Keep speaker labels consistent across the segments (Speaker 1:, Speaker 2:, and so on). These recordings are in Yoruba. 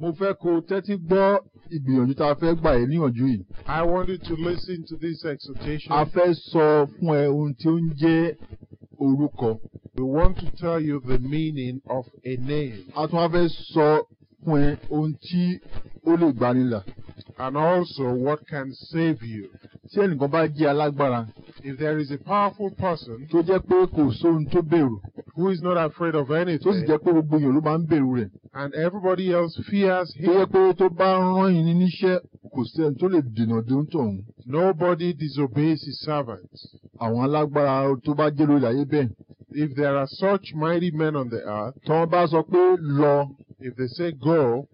Speaker 1: mo fẹ́ kó o tẹ́tí gbọ́ ìgbìyànjú tá a fẹ́ gbà ẹ́ níyànjú yìí.
Speaker 2: I want you to listen to this exhortation.
Speaker 1: a fẹ́ sọ fún ẹ ohun tí ó ń jẹ́ orúkọ.
Speaker 2: We want to tell you the meaning of a name
Speaker 1: a tún wá fẹ́ sọ fún ẹ ohun tí ó lè gbanilà.
Speaker 2: and also what can save you.
Speaker 1: tí ẹnìkan bá jẹ́ alágbára
Speaker 2: If there is a powerful person
Speaker 1: tó jẹ́ pé kò sóhun tó bẹ̀rù
Speaker 2: who is not afraid of
Speaker 1: tó sì
Speaker 2: anything
Speaker 1: jẹ́ pé gbogbo èèyàn ló máa ń bẹ̀rù rẹ̀
Speaker 2: and everybody else fears
Speaker 1: tó jẹ́
Speaker 2: him,
Speaker 1: pé tó bá rán ìní níṣẹ́ kò sí ẹni tó lè dènà dé ń tọ̀hún.
Speaker 2: nobody disobeys his servants.
Speaker 1: àwọn alágbára tó bá jẹ́ lórí ayé bẹ́ẹ̀
Speaker 2: If there are such mighty men on the earth,
Speaker 1: tí wọ́n bá sọ pé lọ
Speaker 2: if they say go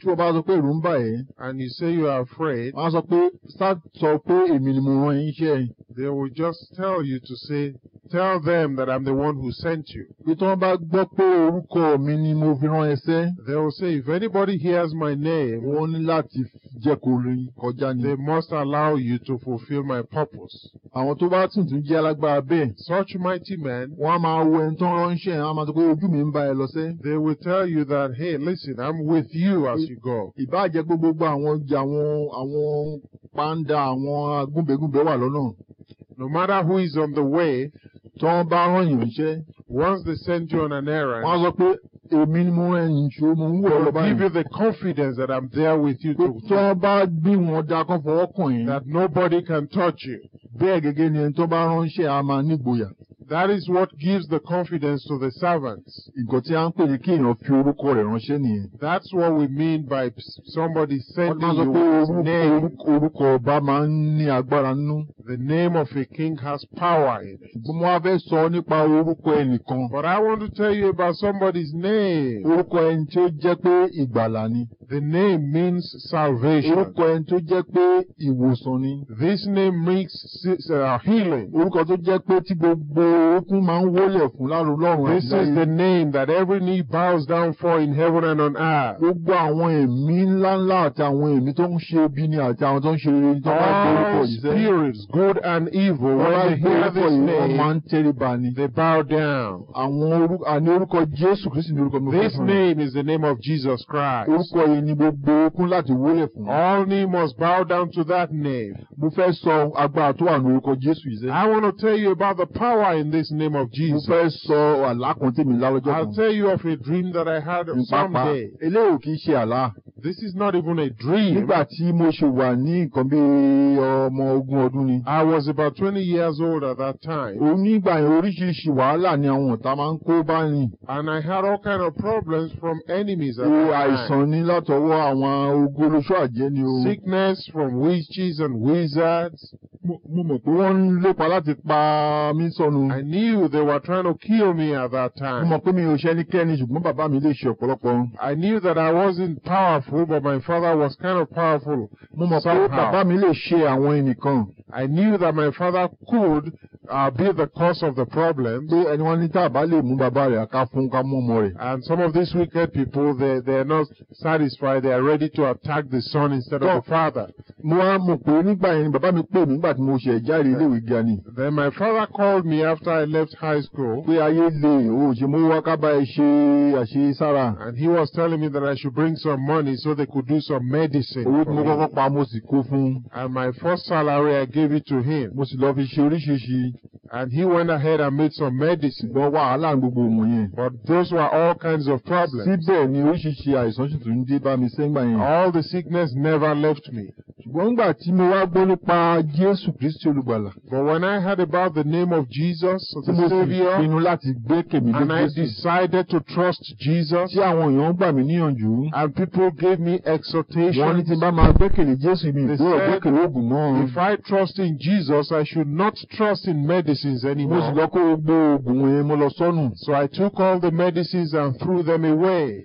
Speaker 1: tí wọ́n bá sọ pé ẹ̀rù ń bà ẹ́
Speaker 2: and you say you are afraid,
Speaker 1: wọ́n á sọ pé sá sọ pé èmi ni mo rán yín iṣẹ́ yìí.
Speaker 2: they will just tell you to say, Tell them that I'm the one who sent you.
Speaker 1: pé tí wọ́n bá gbọ́ pé orúkọ mi ni mo fi rán ẹsẹ́
Speaker 2: They will say, If anybody hears my name,
Speaker 1: wọ́n ní láti jẹ́ kó rìn kọjá ni.
Speaker 2: they must allow you to fulfill my purpose.
Speaker 1: àwọn tó bá sì tún jẹ́ alágbára bẹ́ẹ̀
Speaker 2: Such mighty men,
Speaker 1: wọ́n á máa wo ẹni tó ń ránṣẹ́ wọ́n á máa sọ pé ojú mi ń bá ẹ lọ sẹ́.
Speaker 2: they will tell you that, Hey, listen, I'm with you as you go.
Speaker 1: ìbáà jẹ́ pé gbogbo àwọn ọjà àwọn àwọn pàǹdà àwọn agúnbẹ̀gúnbẹ̀ wà lọ́nà
Speaker 2: No matter who is on the way,
Speaker 1: tí wọ́n bá rán yìí ránṣẹ́
Speaker 2: once they send you on an
Speaker 1: wọ́n á
Speaker 2: errand,
Speaker 1: sọ pé èmi ni mo rán ẹ̀yìn ṣó mo ń wò
Speaker 2: they
Speaker 1: ọ́
Speaker 2: will
Speaker 1: lọ
Speaker 2: give
Speaker 1: báyìí.
Speaker 2: you the confidence that I'm there with you
Speaker 1: pé
Speaker 2: to,
Speaker 1: tí wọ́n bá gbé wọn da kán fọwọ́ kàn yín
Speaker 2: that nobody can touch you.
Speaker 1: bẹ́ẹ̀ gẹ́gẹ́ ni ẹni tó bá ránṣẹ́ á máa nígboyà.
Speaker 2: That is what gives the confidence to the servants.
Speaker 1: nǹkan tí a ń pè ní kí èèyàn fi orúkọ rẹ̀ ránṣẹ́ nìyẹn.
Speaker 2: That's what we mean by p- somebody
Speaker 1: wọ́n
Speaker 2: sending
Speaker 1: máa sọ
Speaker 2: you
Speaker 1: pé
Speaker 2: his
Speaker 1: orúkọ-
Speaker 2: name.
Speaker 1: orúkọ- orúkọ ọba máa ń ní agbára nínú.
Speaker 2: The name of a king has power in it.
Speaker 1: ṣùgbọ́n wọ́n á fẹ́ sọ nípa orúkọ ẹnìkan.
Speaker 2: But I want to tell you about somebody's name.
Speaker 1: orúkọ ẹni tí ó jẹ́ pé ìgbàlà ni.
Speaker 2: The name means salvation.
Speaker 1: orúkọ ẹni tó jẹ́ pé ìwòsàn ni.
Speaker 2: This name means s- uh, healing.
Speaker 1: orúkọ tó jẹ́ pé tí gbogbo okun máa ń wólẹ̀ fún láàrú lọ́rùn
Speaker 2: This
Speaker 1: àti
Speaker 2: is
Speaker 1: láyé.
Speaker 2: the name that every knee bows down for in heaven and on earth.
Speaker 1: gbogbo àwọn ẹ̀mí ńláńlá àti àwọn ẹ̀mí tó ń ṣe ibi ni àti àwọn tó ń ṣe rere ni tó bá gbé orúkọ
Speaker 2: All
Speaker 1: yìí sẹ́yìn.
Speaker 2: spirits, good and
Speaker 1: wọ́n
Speaker 2: evil,
Speaker 1: bá
Speaker 2: when
Speaker 1: gbé
Speaker 2: they hear
Speaker 1: orúkọ
Speaker 2: this
Speaker 1: yìí wọ́n máa ń
Speaker 2: name,
Speaker 1: tẹ́ríba ni.
Speaker 2: they bow down.
Speaker 1: àwọn orúkọ àní orúkọ jésù kristu ní orúkọ mi fún
Speaker 2: This
Speaker 1: fún mi.
Speaker 2: name is the name of Jesus Christ.
Speaker 1: orúkọ yìí ni gbogbo okun láti wólẹ̀ fún.
Speaker 2: All knee must bow down to that name.
Speaker 1: mo fẹ́ sọ agbára tó wà ní orúkọ jésù yìí sẹ́yìn.
Speaker 2: I want to tell you about the power in this name
Speaker 1: mo
Speaker 2: of Ah, Jesus.
Speaker 1: fẹ́ sọ àlá kan tèmi lálọ́jọ́ kan.
Speaker 2: I'll tell you of a dream that I had
Speaker 1: pápá
Speaker 2: someday.
Speaker 1: eléyìí ò kì í ṣe àlá.
Speaker 2: This is not even a dream.
Speaker 1: nígbà tí mo ṣe wà ní nǹkan bíi ọmọ ogún ọdún ni.
Speaker 2: I was about 20 years old at that time,
Speaker 1: onígbà yẹn oríṣiríṣi wàhálà ni àwọn ọ̀tá máa ń kó bá rìn.
Speaker 2: and I had all kind of problems from enemies at
Speaker 1: o
Speaker 2: that time.
Speaker 1: àìsàn ni látọwọ́ àwọn ogun olóṣó àjẹ́ ni o.
Speaker 2: Sickness from witches and wizards.
Speaker 1: Mo- mo mọ̀ pé wọ́n ń lépa láti pa mí sọnù.
Speaker 2: I knew they were trying to kill me at that
Speaker 1: mo
Speaker 2: time.
Speaker 1: mọ̀ pé mi ò ṣe ẹnikẹ́ni ṣùgbọ́n bàbá mi lè ṣe ọ̀pọ̀lọpọ̀.
Speaker 2: I knew that I wasn't powerful, but my father was kind of powerful.
Speaker 1: mo mọ̀ pé bàbá mi lè ṣe àwọn ẹnìkan.
Speaker 2: I knew that my father could uh, be the cause of the problems.
Speaker 1: pé ẹni wọn ní tá a bá lè mú bàbá rẹ̀ ká fún ká mú ọmọ rẹ̀.
Speaker 2: And some of these wicked people, they, they're not satisfied. They are ready to attack the son instead of the father.
Speaker 1: mo wá mọ̀ pé nígbà yẹn ni bàbá mi pè mí nígbà tí mo ṣe jáde iléèwé gíga ni.
Speaker 2: Then my father called me after I left high school,
Speaker 1: pé ayé le o ṣe mo wá ká bá ẹ ṣe àṣesára.
Speaker 2: and he was telling me that I should bring some money so they could do some medicine.
Speaker 1: owó
Speaker 2: for
Speaker 1: tí mo
Speaker 2: me.
Speaker 1: kọ́kọ́ pa mo sì kó fún un.
Speaker 2: And my first salary, I gave it to him,
Speaker 1: mo sì lọ fi ṣe oríṣiríṣi
Speaker 2: and he went ahead and made some medicine.
Speaker 1: ṣùgbọ́n wàhálà ní gbogbo òun yẹn.
Speaker 2: But those were all kinds of problems.
Speaker 1: síbẹ̀ ni oríṣiríṣi àìsàn sì tún dé bá mi sẹ́ngbà yẹn.
Speaker 2: All the sickness never left me.
Speaker 1: ṣùgbọ́n nígbà tí mo wá gbọ́ nípa jésù kristi olùgbàlà.
Speaker 2: But when I heard about the name of Jesus,
Speaker 1: tí mo sì
Speaker 2: the Savior,
Speaker 1: pinnu láti gbẹ́kẹ̀mí
Speaker 2: and I
Speaker 1: lé jésù.
Speaker 2: decided to trust Jesus,
Speaker 1: tí àwọn èèyàn gbà mí níyànjú.
Speaker 2: and people gave me
Speaker 1: wọ́n ní
Speaker 2: exhortation.
Speaker 1: tí n bá máa gbẹ́kẹ̀lé jésù mi
Speaker 2: They
Speaker 1: ìgbọ́rọ̀
Speaker 2: said,
Speaker 1: gbẹ́kẹ̀lé oògùn mọ́.
Speaker 2: If I trust in Jesus, I should not trust in medicines
Speaker 1: mo sì
Speaker 2: anymore.
Speaker 1: lọ kó gbogbo oògùn yẹn mo lọ sọ́nù.
Speaker 2: So I took all the medicines and threw them away.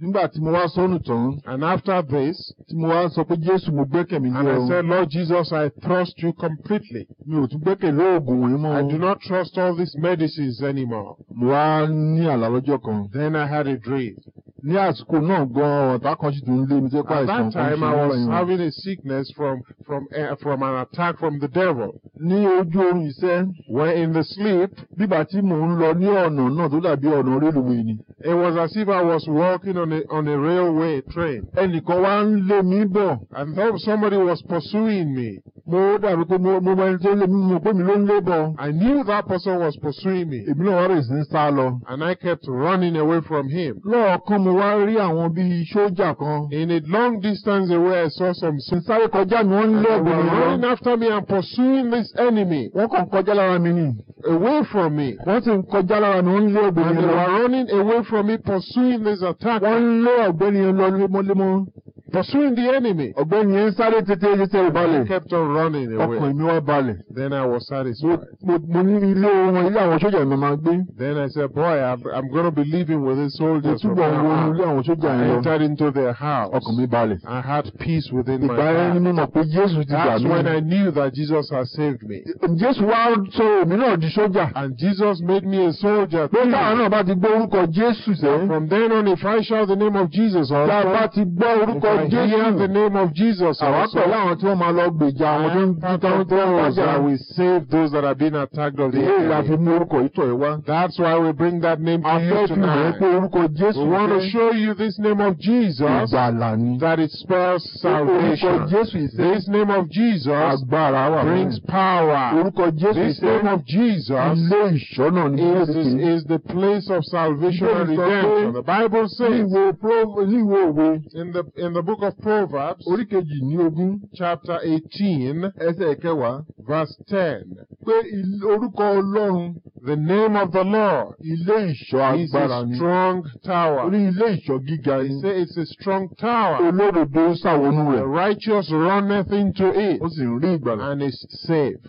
Speaker 1: nígbà tí mo wá sọ́nù tán
Speaker 2: And after this,
Speaker 1: tí mo wá sọ pé jésù mo gbẹ́kẹ̀mí
Speaker 2: and
Speaker 1: lé
Speaker 2: I
Speaker 1: ọ
Speaker 2: said, Lord Jesus, I trust you completely.
Speaker 1: mi ò tún gbẹ́kẹ̀lé oògùn yẹn mọ́.
Speaker 2: I do not trust all these medicines anymore.
Speaker 1: mo wá ní àlá lọ́jọ́ kan
Speaker 2: Then I had a dream.
Speaker 1: ní àsìkò náà gan-an ọ̀tá kan sì tún lé mi tó pa
Speaker 2: At
Speaker 1: àìsàn
Speaker 2: that
Speaker 1: kan ṣe
Speaker 2: time, I
Speaker 1: nígbà
Speaker 2: was
Speaker 1: yẹn.
Speaker 2: having a sickness from from eh, from an attack from the devil.
Speaker 1: ní ojú oorun iṣẹ́
Speaker 2: When in the sleep,
Speaker 1: bígbà tí mò ń lọ ní ọ̀nà náà tó dàbí ọ̀nà rélùwéè ni
Speaker 2: it was as if I was walking on a on a railway train,
Speaker 1: ẹnìkan wá ń lé mi bọ̀
Speaker 2: and though somebody was pursuing me.
Speaker 1: mo dàbí pé mo mo mọ ẹni tó lé mi mo pé mi ló ń lé bọ̀
Speaker 2: I knew that person was pursuing me,
Speaker 1: èmi náà wá rè sí ń sá lọ.
Speaker 2: and I kept running away from him.
Speaker 1: lọ́ọ̀kan mo wá rí àwọn bíi sójà kan
Speaker 2: In a long distance away, I saw some.
Speaker 1: sì ń sáré kọjá mi wọ́n ń lé
Speaker 2: They
Speaker 1: ẹ̀gbọ́n
Speaker 2: were
Speaker 1: mi
Speaker 2: running
Speaker 1: lọ
Speaker 2: after me and pursuing this enemy
Speaker 1: wọ́n kàn kọjá lára mi ni
Speaker 2: away from me.
Speaker 1: wọ́n sì ń kọjá lára mi wọ́n ń lé ẹ̀gbọ́n
Speaker 2: And
Speaker 1: mi
Speaker 2: they were
Speaker 1: lọ
Speaker 2: running away from me, pursuing this attack,
Speaker 1: wọ́n ń lé ọ̀gbẹ́ni yẹn lọ lémọ́lémọ́
Speaker 2: pursuing the enemy.
Speaker 1: ọ̀gbẹ́ni yẹn ń sáré tètè ṣiṣẹ́ ìbalẹ̀
Speaker 2: I kept on running away.
Speaker 1: ọkàn mi wá balẹ̀
Speaker 2: Then I was satisfied.
Speaker 1: Mo- mo- mo ní ilé wọn ilé àwọn sójà mi máa gbé
Speaker 2: Then I said, Boy, I'm, I'm going to be living with these
Speaker 1: mo
Speaker 2: soldiers. From
Speaker 1: túbọ̀
Speaker 2: now
Speaker 1: wo
Speaker 2: on."
Speaker 1: ilé àwọn sójà
Speaker 2: I
Speaker 1: yẹn lọ
Speaker 2: entered into their house.
Speaker 1: ọkàn mi balẹ̀
Speaker 2: I had peace within my
Speaker 1: ìgbà yẹn ni
Speaker 2: heart.
Speaker 1: mo mọ̀ pé Jésù ti gbà
Speaker 2: That's
Speaker 1: mí
Speaker 2: Ah, when I knew that Jesus had saved me.
Speaker 1: Jésù wá sọ èmi náà di sójà
Speaker 2: And Jesus made me a soldier.
Speaker 1: pé
Speaker 2: too.
Speaker 1: káwọn náà bá ti gbé orúkọ Jésù sẹ́yìn.
Speaker 2: Hmm. From then on, if I shout the name of Jesus,
Speaker 1: tá a bá
Speaker 2: also,
Speaker 1: ti gbọ́
Speaker 2: if
Speaker 1: orúkọ
Speaker 2: I hear the
Speaker 1: Jésù
Speaker 2: name of Jesus,
Speaker 1: àwa
Speaker 2: also,
Speaker 1: pẹ̀lú àwọn tí wọ́n máa lọ gbèjà àwọn tó ń bí
Speaker 2: I
Speaker 1: táwọn tó ń
Speaker 2: propose
Speaker 1: bàjẹ́
Speaker 2: I
Speaker 1: àwọn
Speaker 2: will save those that have been attacked of the
Speaker 1: èyí la fi
Speaker 2: enemy.
Speaker 1: mú orúkọ ìtọ̀ ẹ̀ wá.
Speaker 2: That's why we bring that name
Speaker 1: a
Speaker 2: to
Speaker 1: fẹ́
Speaker 2: you
Speaker 1: fi hàn ẹ́
Speaker 2: tonight.
Speaker 1: pé orúkọ Jésù
Speaker 2: We want to
Speaker 1: jẹ́
Speaker 2: show you this name of Jesus
Speaker 1: ìgbàlà ni.
Speaker 2: that it spells
Speaker 1: orúkọ
Speaker 2: salvation.
Speaker 1: Jésù ìṣe
Speaker 2: This name of Jesus
Speaker 1: agbára wà fún
Speaker 2: brings power.
Speaker 1: orúkọ Jésù
Speaker 2: This
Speaker 1: ìṣe
Speaker 2: name of Jesus
Speaker 1: ilé ìṣọ́nà ní
Speaker 2: is,
Speaker 1: Jésù ní
Speaker 2: is, is the place of salvation and redemption. The Bible says
Speaker 1: ìwé Pro- ní ìwé òwe
Speaker 2: in the in the book of Proverbs,
Speaker 1: orí kejì ní ogún
Speaker 2: chapter 18,
Speaker 1: ẹsẹ̀ kẹwàá
Speaker 2: verse 10,
Speaker 1: pé il- orúkọ Ọlọ́run
Speaker 2: the name of the Lord
Speaker 1: ilé ìṣọ́
Speaker 2: is
Speaker 1: agbára
Speaker 2: a
Speaker 1: ni
Speaker 2: strong tower.
Speaker 1: orí ilé ìṣọ́ gíga
Speaker 2: They
Speaker 1: ni.
Speaker 2: say it's a strong tower.
Speaker 1: olódodo ṣàwọnú
Speaker 2: The
Speaker 1: rẹ̀
Speaker 2: righteous runneth into
Speaker 1: ó
Speaker 2: it
Speaker 1: sì ń rí ìgbàlà.
Speaker 2: and is saved.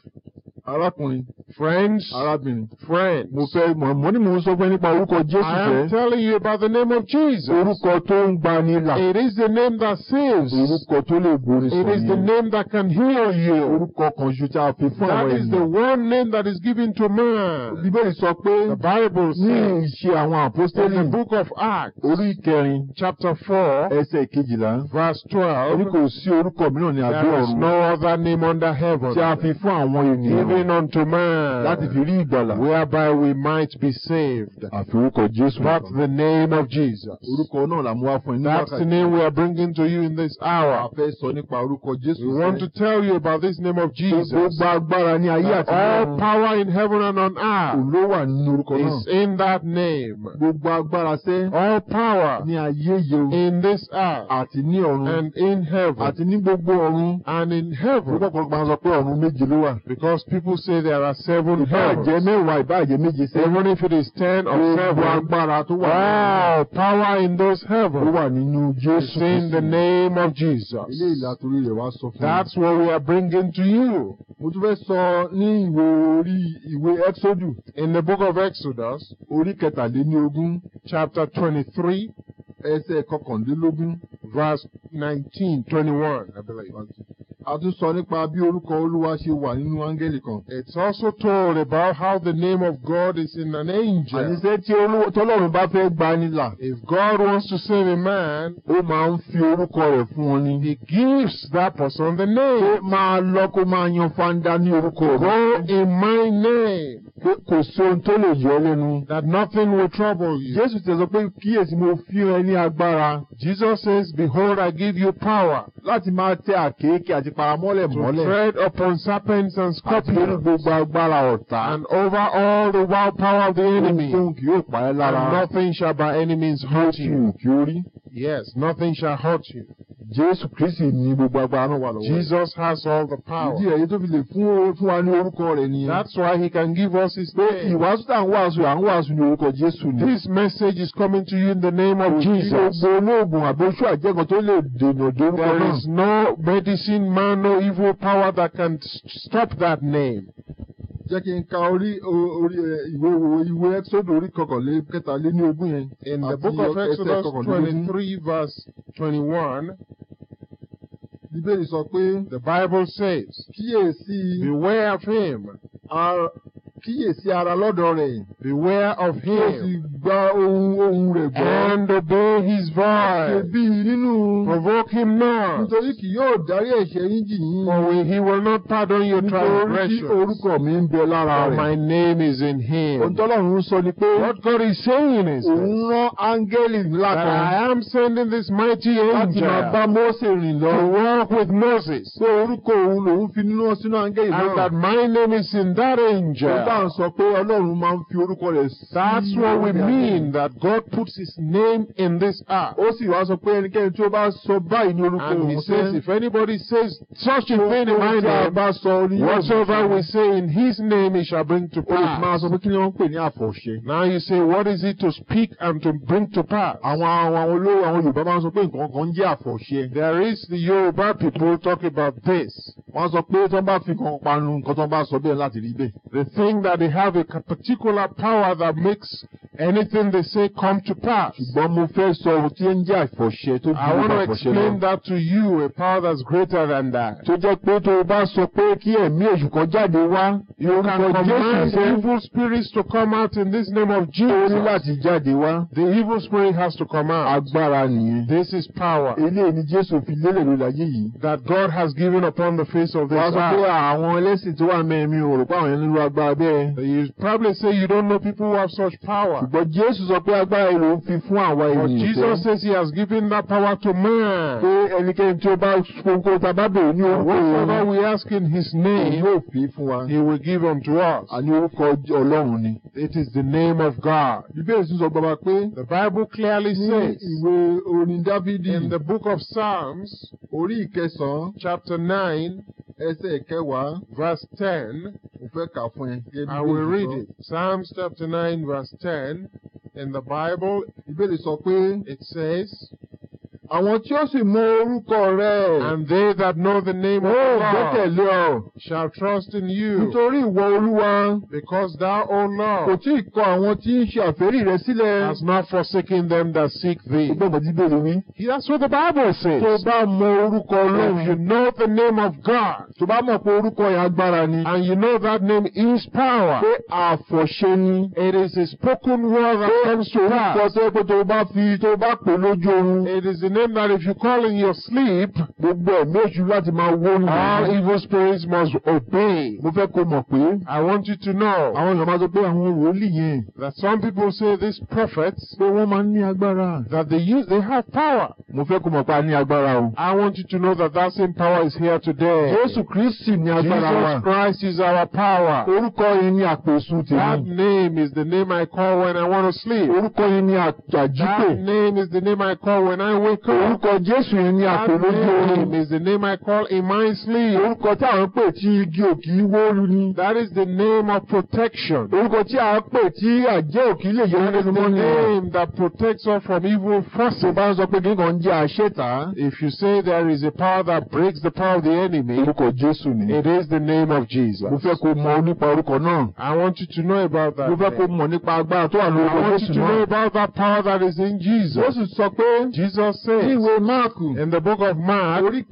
Speaker 1: arákùnrin
Speaker 2: Friends,
Speaker 1: arábìnrin
Speaker 2: friends,
Speaker 1: mo fẹ́ mọ̀ mo ní mò ń sọ fún ẹ nípa orúkọ Jésù
Speaker 2: I am
Speaker 1: fẹ́
Speaker 2: telling you about the name of Jesus.
Speaker 1: orúkọ tó ń gbani là
Speaker 2: It is the name that saves.
Speaker 1: orúkọ tó lè borí
Speaker 2: It
Speaker 1: sọ̀rọ̀
Speaker 2: is the name that can heal you.
Speaker 1: orúkọ kan ṣoṣo tá a fi fún
Speaker 2: That
Speaker 1: àwọn
Speaker 2: is the
Speaker 1: ènìyàn.
Speaker 2: one name that is given to man.
Speaker 1: bíbélì sọ pé
Speaker 2: The Bible
Speaker 1: ní
Speaker 2: says
Speaker 1: ìṣe àwọn
Speaker 2: in
Speaker 1: àpọ́stélì
Speaker 2: the book of Acts,
Speaker 1: orí kẹrin
Speaker 2: chapter 4,
Speaker 1: ẹsẹ̀ kejìlá
Speaker 2: verse
Speaker 1: orí
Speaker 2: 12,
Speaker 1: kò sí orúkọ mìíràn ní àbí
Speaker 2: there is
Speaker 1: ọ̀run
Speaker 2: no other name under
Speaker 1: tí a
Speaker 2: heaven
Speaker 1: fi fún àwọn ènìyàn
Speaker 2: given unto
Speaker 1: láti
Speaker 2: man
Speaker 1: fi rí ìgbàlà
Speaker 2: whereby we might be saved.
Speaker 1: àfi orúkọ Jésù
Speaker 2: That's
Speaker 1: nìkan.
Speaker 2: the name of Jesus.
Speaker 1: orúkọ náà là mú wá fún ẹ ní
Speaker 2: That's
Speaker 1: wákàtí.
Speaker 2: the name we are bringing to you in this
Speaker 1: a
Speaker 2: hour.
Speaker 1: fẹ́ sọ nípa orúkọ Jésù
Speaker 2: We want to tell you about this name of Jesus.
Speaker 1: gbogbo agbára ní ayé
Speaker 2: That
Speaker 1: àti
Speaker 2: all power in heaven and on
Speaker 1: kò
Speaker 2: earth
Speaker 1: ló wà nínú orúkọ náà
Speaker 2: is in that name.
Speaker 1: gbogbo agbára sẹ́
Speaker 2: All power
Speaker 1: ní ayé yìí
Speaker 2: in this earth
Speaker 1: àti ní ọ̀run
Speaker 2: and in heaven
Speaker 1: àti ní gbogbo ọ̀run
Speaker 2: and in
Speaker 1: gbogbo
Speaker 2: heaven.
Speaker 1: ọ̀pọ̀lọpọ̀ máa sọ pé ọ̀run méje ló wà
Speaker 2: Because people say there are seven
Speaker 1: ìbáàjẹ́
Speaker 2: heavens.
Speaker 1: mẹ́wàá ìbáàjẹ́ méje sẹ́
Speaker 2: Even if it is ten or
Speaker 1: gbogbo
Speaker 2: seven,
Speaker 1: agbára tó wà
Speaker 2: all power in those
Speaker 1: ló
Speaker 2: heavens
Speaker 1: wà nínú
Speaker 2: is
Speaker 1: Jésù
Speaker 2: in the name of Jesus.
Speaker 1: ilé ìlà torí rẹ̀ wá sọ fún mi
Speaker 2: That's what we are bringing to you.
Speaker 1: mo tún fẹ́ sọ ní ìwé orí ìwé Exodus
Speaker 2: In the book of Exodus,
Speaker 1: orí kẹtàléníogún
Speaker 2: chapter 23,
Speaker 1: ẹsẹ̀ kọkànlélógún
Speaker 2: verse 19, 21, I believe.
Speaker 1: a tún sọ nípa bí orúkọ Olúwa ṣe wà nínú áńgẹ́lì kan
Speaker 2: It's also told about how the name of God is in an angel.
Speaker 1: àníṣe tí Olú- tọ́lọ́run bá fẹ́ gbani là
Speaker 2: If God wants to save a man,
Speaker 1: ó máa ń fi orúkọ rẹ̀ fún wọn ni.
Speaker 2: He gives that person the
Speaker 1: pé
Speaker 2: name.
Speaker 1: máa lọ kó máa yan fanda ní orúkọ rẹ̀.
Speaker 2: Go in my name,
Speaker 1: pé kò sí ohun tó lè yọ ọ́ lẹ́nu.
Speaker 2: that nothing will trouble you.
Speaker 1: Jésù ti sọ pé kíyèsí mo fi hàn ẹ́ ní agbára
Speaker 2: Jesus says, Behold, I give you power
Speaker 1: láti máa tẹ àkéékè àti paramọ́lẹ̀
Speaker 2: to
Speaker 1: mọ́lẹ̀
Speaker 2: tread upon serpents and
Speaker 1: àti lórí
Speaker 2: scorpions,
Speaker 1: gbogbo agbára ọ̀tá.
Speaker 2: and over all the wild power of the enemy.
Speaker 1: Ohunkóhun kì yóò pa ẹ́ lára.
Speaker 2: And nothing shall by any means hurt you.
Speaker 1: Ohunkóhun kì yóò rí.
Speaker 2: Yes, nothing shall hurt you.
Speaker 1: Jésù Kristi ní gbogbo agbára náà wà lọ́wọ́. rẹ̀.
Speaker 2: Jesus has all the
Speaker 1: Ìdí
Speaker 2: power.
Speaker 1: ẹ̀yẹ tó fi lè fún fún wa ní orúkọ rẹ̀ nìyẹn.
Speaker 2: That's why he can give us his
Speaker 1: Pé
Speaker 2: name.
Speaker 1: ìwàásù tá à ń wàásù à ń wàásù ní orúkọ Jésù ni.
Speaker 2: This message is coming to you in the name
Speaker 1: Oh,
Speaker 2: of Jesus.
Speaker 1: Gbogbo olóògùn àbí oṣù àjẹgàn tó lè dènà dórúkọ
Speaker 2: There
Speaker 1: náà.
Speaker 2: is no medicine, man, no evil power that can s- stop that name.
Speaker 1: Jẹ́ kí n ka orí o- eh, orí ẹ, ìwé wo- ìwé Ẹ́kísódù orí kọkànlé kẹtàlé ní ogún yẹn.
Speaker 2: In the
Speaker 1: Àti
Speaker 2: book of
Speaker 1: ẹsẹ̀
Speaker 2: Exodus
Speaker 1: kọkànlélógún.
Speaker 2: 23, verse 21,
Speaker 1: Bíbélì sọ pé
Speaker 2: the Bible says,
Speaker 1: kíyèsí
Speaker 2: Beware of him
Speaker 1: ar- kíyèsí ara lọ́dọ̀ rẹ̀
Speaker 2: Beware of
Speaker 1: kí o sì
Speaker 2: him
Speaker 1: gba ohun ohun rẹ̀ gbọ́.
Speaker 2: and obey his voice.
Speaker 1: Ṣebí nínú
Speaker 2: Provoke him not,
Speaker 1: nítorí kì yóò dárí ẹ̀ṣẹ̀ yín jì yín
Speaker 2: for we- he will not pardon your
Speaker 1: nítorí tí
Speaker 2: transgressions.
Speaker 1: orúkọ mi ń bẹ lára
Speaker 2: For
Speaker 1: rẹ̀.
Speaker 2: my name is in
Speaker 1: Ohun
Speaker 2: him.
Speaker 1: tọ́lọ́run ń sọ ni pé
Speaker 2: What God is saying is
Speaker 1: òun
Speaker 2: this,
Speaker 1: rán áńgẹ́lì ńlá
Speaker 2: that
Speaker 1: kan
Speaker 2: I am sending this mighty
Speaker 1: láti máa
Speaker 2: angel
Speaker 1: bá Mósè rìn lọ.
Speaker 2: to walk with Moses,
Speaker 1: Pé orúkọ òun lòun fi nínú sínú áńgẹ́lì
Speaker 2: and
Speaker 1: náà.
Speaker 2: that my name is in that
Speaker 1: Ohun tá à
Speaker 2: angel.
Speaker 1: ń sọ pé Ọlọ́run máa ń fi orúkọ rẹ̀ sí.
Speaker 2: That's what we
Speaker 1: orí àgbélé.
Speaker 2: mean that God puts His name in this earth.
Speaker 1: Ó sì wá sọ pé ẹnikẹ́ni tí ó bá sọ báyìí ní orúkọ
Speaker 2: And He
Speaker 1: òun
Speaker 2: says, if anybody says such a
Speaker 1: Ohun
Speaker 2: thing in my
Speaker 1: tí a
Speaker 2: name,
Speaker 1: bá sọ ní
Speaker 2: whatsoever we say in His name, He shall bring to
Speaker 1: ó lè máa
Speaker 2: pass.
Speaker 1: sọ pé kí ni wọ́n ń pè ní àfọ̀ṣẹ.
Speaker 2: Now you say, what is it to speak and to bring to pass?
Speaker 1: Àwọn àwọn àwọn olówó àwọn Yorùbá máa ń sọ pé nǹkan kan ń jẹ́ àfọ̀ṣẹ.
Speaker 2: There is the Yoruba people talk about this.
Speaker 1: Wọ́n sọ pé tí wọ́n bá fi kan panu nǹkan tí wọ́n bá sọ bẹ́ẹ̀ láti rí bẹ́ẹ̀.
Speaker 2: They think that they have a ca- particular power that makes anything they say come to pass.
Speaker 1: Ṣùgbọ́n mo fẹ́ sọ ohun tí ń jẹ́ àfọ̀ṣẹ tó
Speaker 2: I
Speaker 1: ju
Speaker 2: want to
Speaker 1: àfọ̀ṣẹ lọ.
Speaker 2: explain that to you, a power that's greater than that.
Speaker 1: Tó jẹ́ pé tó o bá sọ pé kí ẹ̀mí èṣù kan jáde wá ní
Speaker 2: You
Speaker 1: orúkọ
Speaker 2: can command
Speaker 1: Jésù fẹ́
Speaker 2: evil spirits to come out in this name of
Speaker 1: tó o ní
Speaker 2: Jesus.
Speaker 1: láti jáde wá.
Speaker 2: The evil spirit has to come out.
Speaker 1: Agbára nìyẹn.
Speaker 2: This is power
Speaker 1: Eléyìí ni Jésù fi lélẹ̀ lórí ayé yìí.
Speaker 2: that God has given upon the face of this
Speaker 1: Wọ́n sọ pé
Speaker 2: earth.
Speaker 1: àwọn ẹlẹ́sìn tó wà mẹ́rin mi ò rò pé àwọn ẹni ló agbára bẹ́ẹ̀.
Speaker 2: You probably say you don't know people who have such power.
Speaker 1: Ṣùgbọ́n Jésù sọ pé agbára ìlú ń fi fún àwa
Speaker 2: But
Speaker 1: ènìyàn tẹ́.
Speaker 2: Jesus says He has given that power to man.
Speaker 1: Pé ẹnikẹ́ni tí ó bá kókó tá a bá bèrè ní orúkọ
Speaker 2: Whatever
Speaker 1: òun
Speaker 2: we ask in His
Speaker 1: òun
Speaker 2: name,
Speaker 1: yóò fi fún wa.
Speaker 2: He will give unto us.
Speaker 1: Àní orúkọ Ọlọ́run ni.
Speaker 2: It is the name of God.
Speaker 1: Bíbélì tún sọ gbọ́dọ̀ pé
Speaker 2: The Bible clearly
Speaker 1: ní
Speaker 2: says
Speaker 1: ìwé orin Dávidi
Speaker 2: in the book of Psalms,
Speaker 1: orí ìkẹsàn-án
Speaker 2: chapter 9,
Speaker 1: ẹsẹ̀ ìkẹwàá
Speaker 2: verse 10,
Speaker 1: mo fẹ́ kà fún ẹ. Gẹ́gẹ́ bí
Speaker 2: I will
Speaker 1: Bíbélì sọ.
Speaker 2: read it. Psalms chapter 9, verse 10. In the Bible,
Speaker 1: Bíbélì sọ pé
Speaker 2: it says,
Speaker 1: àwọn tí ó sì mọ orúkọ rẹ̀
Speaker 2: And they that know the name
Speaker 1: ó
Speaker 2: of the Lord
Speaker 1: gbẹ́kẹ̀lé ọ.
Speaker 2: shall trust in you,
Speaker 1: Nítorí ìwọ Olúwa
Speaker 2: because thou, O
Speaker 1: kò
Speaker 2: Lord,
Speaker 1: tí ì kọ àwọn tí ń ṣe àfẹ́rí rẹ sílẹ̀.
Speaker 2: hast not forsaken them that seek thee.
Speaker 1: Gbọ́dọ̀ ti bèrè wí.
Speaker 2: That's what the Bible
Speaker 1: Tó o
Speaker 2: says.
Speaker 1: bá mọ orúkọ
Speaker 2: If you
Speaker 1: Ọlọ́run,
Speaker 2: know the name of God,
Speaker 1: tó bá mọ̀ pé orúkọ yẹn agbára ni,
Speaker 2: and you know that name is power,
Speaker 1: pé àfọ̀ṣẹ ni.
Speaker 2: it is a spoken word that comes to
Speaker 1: Orúkọ
Speaker 2: pass.
Speaker 1: tó yẹ pé tó o bá fi tó o bá pè lójú oorun,
Speaker 2: It is the name that if you call in your sleep,
Speaker 1: gbogbo ẹ̀mí èṣù láti máa wó ni.
Speaker 2: all evil spirits must obey.
Speaker 1: Mo fẹ́ kó mọ̀ pé
Speaker 2: I want you to know
Speaker 1: àwọn èèyàn máa sọ pé àwọn wòlíì yẹn
Speaker 2: that some people say these prophets
Speaker 1: pé wọ́n máa ń ní agbára.
Speaker 2: that they use they have power.
Speaker 1: Mo fẹ́ kó mọ̀ pé a ní agbára o.
Speaker 2: I want you to know that that same power is here today.
Speaker 1: Jésù Kristì ní agbára wa.
Speaker 2: Jesus Christ is our power.
Speaker 1: Orúkọ yẹn ni àpèsùn
Speaker 2: That
Speaker 1: tèmi.
Speaker 2: name is the name I call when I want to sleep.
Speaker 1: Orúkọ yẹn ni àjípè.
Speaker 2: That name is the name I call when I wake up.
Speaker 1: Orúkọ Jésù yẹn ni
Speaker 2: That
Speaker 1: àpèlójú
Speaker 2: name
Speaker 1: oorun.
Speaker 2: is the name I call in my sleep.
Speaker 1: Orúkọ tí à ń pè tí igi òkì wóoru ni.
Speaker 2: That is the name of protection.
Speaker 1: Orúkọ tí à ń pè tí àjẹ́ òkì lè yọ
Speaker 2: That
Speaker 1: nínú
Speaker 2: is the
Speaker 1: mọ́ni.
Speaker 2: name that protects us from evil
Speaker 1: Tó
Speaker 2: forces.
Speaker 1: bá ń sọ pé kí nǹkan jẹ́ àṣetà.
Speaker 2: If you say there is a power that breaks the power of the enemy,
Speaker 1: Orúkọ Jésù ni.
Speaker 2: it is the name of Jesus.
Speaker 1: Mo fẹ́ kó mọ nípa orúkọ náà.
Speaker 2: I want you to know about that.
Speaker 1: Mo fẹ́
Speaker 2: name.
Speaker 1: kó mọ nípa agbára tó wà ní
Speaker 2: I
Speaker 1: orúkọ
Speaker 2: want you
Speaker 1: Jésù
Speaker 2: to know
Speaker 1: náà.
Speaker 2: about that power that is in
Speaker 1: Ó
Speaker 2: Jesus.
Speaker 1: sì sọ pé
Speaker 2: Jesus
Speaker 1: ní
Speaker 2: says
Speaker 1: ìwé Máàkù
Speaker 2: in the book of Mark,
Speaker 1: orí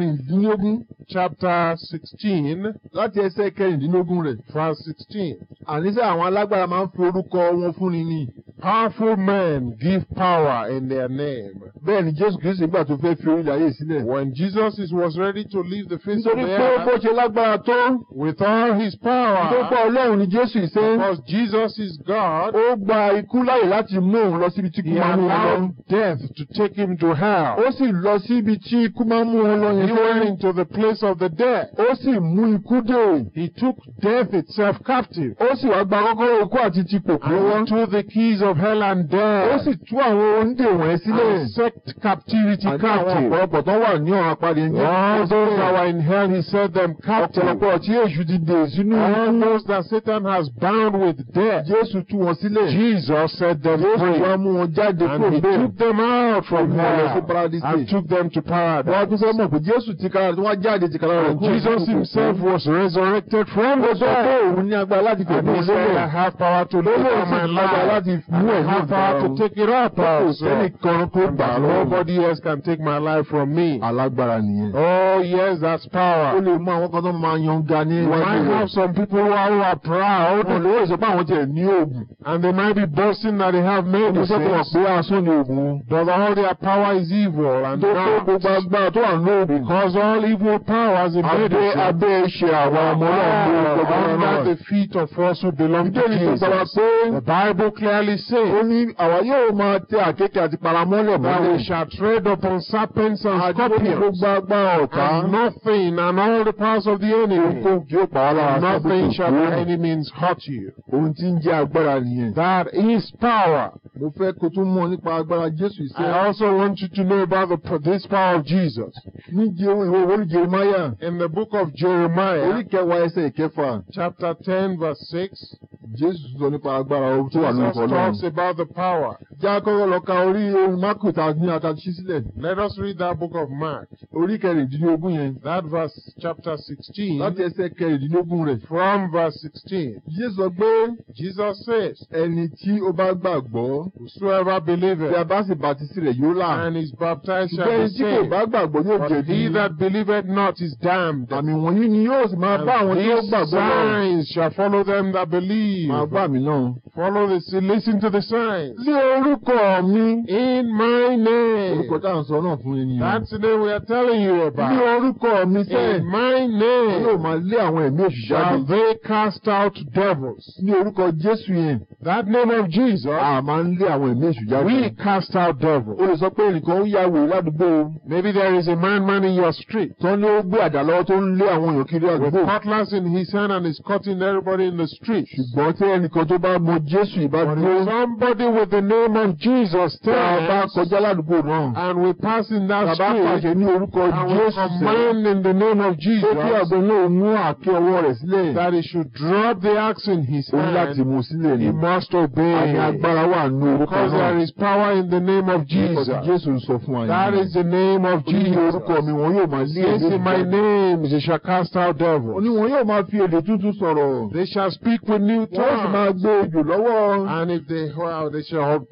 Speaker 1: kẹrìndínlógún
Speaker 2: chapter 16,
Speaker 1: láti ẹsẹ̀ kẹrìndínlógún rẹ̀.
Speaker 2: verse 16,
Speaker 1: Àníṣe àwọn alágbára máa ń fi orúkọ wọn fúnni ni.
Speaker 2: powerful men give power in their name.
Speaker 1: Bẹ́ẹ̀ ni Jésù Kristì nígbà tó fẹ́ fi orílẹ̀ ayé sílẹ̀.
Speaker 2: When Jesus is, was ready to leave the face of
Speaker 1: nítorí
Speaker 2: the
Speaker 1: pé bó
Speaker 2: earth
Speaker 1: ṣe lágbára tó
Speaker 2: with all his
Speaker 1: tó pọ̀
Speaker 2: power,
Speaker 1: ọlọ́run ni jésù ìṣe
Speaker 2: because Jesus is God,
Speaker 1: ó gba ikú láyè láti mú òun lọ síbi tí ikú
Speaker 2: he
Speaker 1: máa ń mú òun lọ
Speaker 2: allowed death to take him to hell.
Speaker 1: ó sì lọ síbi tí ikú máa ń mú òun lọ
Speaker 2: He
Speaker 1: yẹn fẹ́.
Speaker 2: went into the place of the dead.
Speaker 1: ó sì mú ikú dè
Speaker 2: He took death itself captive.
Speaker 1: ó sì wá gba kọ́kọ́rọ́ ikú àti ti pòkú lọ́wọ́
Speaker 2: and to the keys of hell and death.
Speaker 1: ó sì tú àwọn oúnjẹ wọ̀nyẹn sílẹ̀
Speaker 2: and sect captivity
Speaker 1: àti àwọn
Speaker 2: captive.
Speaker 1: ọ̀pọ̀lọpọ̀ tó wà ní ọ̀run apáde ń jẹ́
Speaker 2: All those that were in hell, he set them captive.
Speaker 1: ọ̀pọ̀lọpọ̀ tí èṣù ti dè sínú
Speaker 2: All
Speaker 1: ikú
Speaker 2: those that Satan has bound with death,
Speaker 1: jésù tú wọn sílẹ̀
Speaker 2: Jesus set them
Speaker 1: jésù wá
Speaker 2: free.
Speaker 1: mú wọn jáde kúrò
Speaker 2: And he
Speaker 1: bẹ́ẹ̀
Speaker 2: took them out from
Speaker 1: wọn lọ sí
Speaker 2: hell and
Speaker 1: paradise.
Speaker 2: took them to paradise.
Speaker 1: Wọ́n tún fẹ́ mọ̀ pé Jésù ti kára rẹ̀ tí wọ́n jáde ti kára rẹ̀
Speaker 2: And
Speaker 1: kúrò nínú
Speaker 2: Jesus
Speaker 1: òkùnkùn.
Speaker 2: himself was resurrected from
Speaker 1: Ó
Speaker 2: the
Speaker 1: sọ pé
Speaker 2: dead.
Speaker 1: òun ní agbára láti
Speaker 2: And
Speaker 1: gbẹ̀mí
Speaker 2: he said, I
Speaker 1: olóòrùn.
Speaker 2: have power to live on my
Speaker 1: agbára
Speaker 2: life.
Speaker 1: láti mú
Speaker 2: I
Speaker 1: ẹ̀mí
Speaker 2: have power to
Speaker 1: ìgbà
Speaker 2: take it up
Speaker 1: Kò
Speaker 2: also.
Speaker 1: sẹ́ni kan kó gbà
Speaker 2: And that
Speaker 1: lọ́wọ́.
Speaker 2: nobody else can take my life from me.
Speaker 1: Alágbára nìyẹn.
Speaker 2: Oh, yes, that's
Speaker 1: Ó
Speaker 2: power.
Speaker 1: lè mú àwọn kan tó máa yan ga ní
Speaker 2: You
Speaker 1: iwájú
Speaker 2: might
Speaker 1: rẹ̀.
Speaker 2: have some people who are, who are
Speaker 1: Wọ́n
Speaker 2: proud,
Speaker 1: lè wọ́n sọ pé àwọn tiẹ̀ ní oògùn.
Speaker 2: and they might be boasting that they have
Speaker 1: Ó sọ pé wọ́n
Speaker 2: medicines,
Speaker 1: pé asún ni oògùn.
Speaker 2: but all their power is evil and
Speaker 1: Tó kó
Speaker 2: not.
Speaker 1: gbogbo agbára tó wà ní oògùn.
Speaker 2: Because all evil powers in
Speaker 1: Abẹ́
Speaker 2: medicine
Speaker 1: abẹ́ ṣe àwọn
Speaker 2: are
Speaker 1: ọmọ náà ní ọgbọ́n náà.
Speaker 2: Ah, under the feet of us who belong to
Speaker 1: Bíbélì sọ fún wa
Speaker 2: Jesus.
Speaker 1: pé
Speaker 2: The Bible clearly
Speaker 1: ó
Speaker 2: says
Speaker 1: ní àwa yóò máa tẹ àkékè àti paramọ́lẹ̀
Speaker 2: that
Speaker 1: mọ́lẹ̀.
Speaker 2: we shall tread upon serpents and
Speaker 1: Àdúgbò
Speaker 2: scorpions.
Speaker 1: gbogbo agbára ọ̀tá.
Speaker 2: and nothing and all the powers of the enemy.
Speaker 1: Ohunkóhun yóò pa wá lára.
Speaker 2: Nothing shall by
Speaker 1: Ohun
Speaker 2: any means hurt you.
Speaker 1: tí ń jẹ́ agbára nìyẹn.
Speaker 2: That is power.
Speaker 1: Mo fẹ́ kó tún mọ̀ nípa agbára Jésù ìṣe.
Speaker 2: I also want you to know about the, this power of Jesus.
Speaker 1: Ní Jehova ìwé orí Jeremiah.
Speaker 2: In the book of Jeremiah,
Speaker 1: Orí kẹwàá ẹsẹ̀ ìkẹfà.
Speaker 2: chapter 10, verse 6,
Speaker 1: Jésù sọ nípa agbára ohun tó wà
Speaker 2: Jesus
Speaker 1: lórúkọ náà.
Speaker 2: talks about the power.
Speaker 1: Jákọ́rọ́ lọ ka orí ohun Mákò tá a ní àtàṣí sílẹ̀.
Speaker 2: Let us read that book of Mark,
Speaker 1: Orí kẹrìndínlógún yẹn.
Speaker 2: that verse, chapter 16,
Speaker 1: Láti ẹsẹ̀ kẹrìndínlógún rẹ̀.
Speaker 2: from verse 16.
Speaker 1: Jésù sọ pé
Speaker 2: Jesus says,
Speaker 1: ẹni tí ó bá gbàgbọ́.
Speaker 2: Whosoever
Speaker 1: Bí a
Speaker 2: believeth
Speaker 1: bá sì bàtísí rẹ̀ yóò là.
Speaker 2: and is baptized
Speaker 1: Ṣùgbọ́n ẹni
Speaker 2: shall be
Speaker 1: tí kò
Speaker 2: saved.
Speaker 1: bá gbàgbọ́ yóò
Speaker 2: But
Speaker 1: jẹ̀bi.
Speaker 2: he that believeth not is damned.
Speaker 1: Àmì wọ̀nyí ni yóò sì máa bá àwọn
Speaker 2: And
Speaker 1: tí ó
Speaker 2: these
Speaker 1: gbàgbọ́ lọ.
Speaker 2: signs shall follow them that believe.
Speaker 1: Máa bá mi náà.
Speaker 2: Follow this. Listen to the signs.
Speaker 1: Lé orúkọ mi.
Speaker 2: In my
Speaker 1: Orúkọ
Speaker 2: name.
Speaker 1: tá à ń sọ náà fún ènìyàn.
Speaker 2: That's the name we are telling you
Speaker 1: Lé
Speaker 2: about.
Speaker 1: orúkọ mi sẹ́ẹ̀.
Speaker 2: In my
Speaker 1: Yóò
Speaker 2: name
Speaker 1: máa lé àwọn ẹ̀mí òṣìṣẹ́
Speaker 2: shall
Speaker 1: jáde.
Speaker 2: they cast out devils.
Speaker 1: Ní orúkọ Jésù yẹn,
Speaker 2: That name of Jesus,
Speaker 1: a máa ń lé àwọn ẹ̀mí èṣù jáde.
Speaker 2: we cast out
Speaker 1: O
Speaker 2: devils.
Speaker 1: lè sọ pé nìkan ń ya wèrè ládùúgbò
Speaker 2: Maybe there is a madman in your street
Speaker 1: tán ni ó gbé àdá lọ́wọ́ tó ń lé àwọn èèyàn kiri
Speaker 2: with
Speaker 1: àdúgbò.
Speaker 2: cutlass in his hand and is cutting everybody in the street.
Speaker 1: Ṣùgbọ́n tí ẹnìkan tó bá mọ Jésù ìbá
Speaker 2: But
Speaker 1: dúró,
Speaker 2: if somebody with the name of Jesus
Speaker 1: tá a bá
Speaker 2: stands
Speaker 1: kọjá ládùúgbò náà,
Speaker 2: and we pass in
Speaker 1: tá
Speaker 2: that
Speaker 1: a bá
Speaker 2: street,
Speaker 1: pàṣẹ ní orúkọ
Speaker 2: And we
Speaker 1: Jésù sẹ́yìn.
Speaker 2: command in the name of
Speaker 1: Ṣé kí
Speaker 2: Jesus
Speaker 1: ọ̀gbìn náà mú àáké ọwọ́ rẹ̀ sílẹ̀?
Speaker 2: that he should drop the axe in his
Speaker 1: Ó ní láti
Speaker 2: hand.
Speaker 1: mú sílẹ̀ ni.
Speaker 2: He must
Speaker 1: Àmì
Speaker 2: obey.
Speaker 1: agbára wà ní orúkọ
Speaker 2: Because
Speaker 1: náà.
Speaker 2: there is power in the name of Jesus.
Speaker 1: Nípa tí Jésù ń sọ fún wa
Speaker 2: That
Speaker 1: yìí.
Speaker 2: is the name of
Speaker 1: Ó ní orúkọ
Speaker 2: Jesus.
Speaker 1: mi wọn yóò máa lé
Speaker 2: Yes,
Speaker 1: èdè
Speaker 2: in my
Speaker 1: òṣìṣẹ́.
Speaker 2: name they shall cast out
Speaker 1: Ó ní
Speaker 2: devils.
Speaker 1: wọn yóò máa fi èdè tuntun sọ̀rọ̀.
Speaker 2: They shall speak with new
Speaker 1: Wọ́n sì máa
Speaker 2: tongues.
Speaker 1: gbé ejò lọ́wọ́.
Speaker 2: And if they well, they shall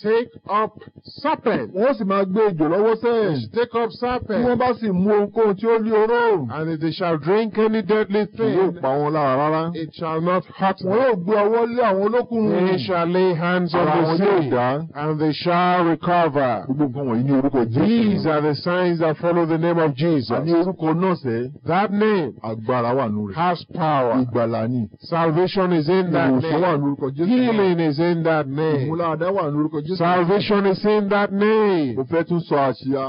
Speaker 2: take up serpents.
Speaker 1: Wọ́n sì máa gbé ejò lọ́wọ́
Speaker 2: They
Speaker 1: sẹ́yìn.
Speaker 2: shall take up
Speaker 1: Tí wọ́n
Speaker 2: serpents.
Speaker 1: bá sì mú ohunkóhun tí ó lé oró,
Speaker 2: And if they shall drink any deadly
Speaker 1: kì yóò
Speaker 2: thing,
Speaker 1: pa wọn lára rárá.
Speaker 2: it shall not hurt
Speaker 1: Wọn
Speaker 2: them.
Speaker 1: yóò gbé ọwọ́ lé àwọn olókùnrin.
Speaker 2: They shall lay hands on
Speaker 1: Ara wọn yóò
Speaker 2: the sick,
Speaker 1: dá.
Speaker 2: and they shall recover.
Speaker 1: Gbogbo nǹkan wọ̀nyí ní orúkọ Jésù.
Speaker 2: These are the signs that follow the name of
Speaker 1: Àní
Speaker 2: Jesus.
Speaker 1: orúkọ náà sẹ́,
Speaker 2: That name
Speaker 1: agbára wà nù rẹ̀.
Speaker 2: has power.
Speaker 1: Ìgbàlà ni.
Speaker 2: Salvation is in that
Speaker 1: Ìwòsàn wà
Speaker 2: name.
Speaker 1: nù orúkọ Jésù.
Speaker 2: Healing is in that name.
Speaker 1: Ìmúláradá wà nù orúkọ Jésù.
Speaker 2: Salvation is in that
Speaker 1: Mo
Speaker 2: name.
Speaker 1: fẹ́ tún sọ àṣìyà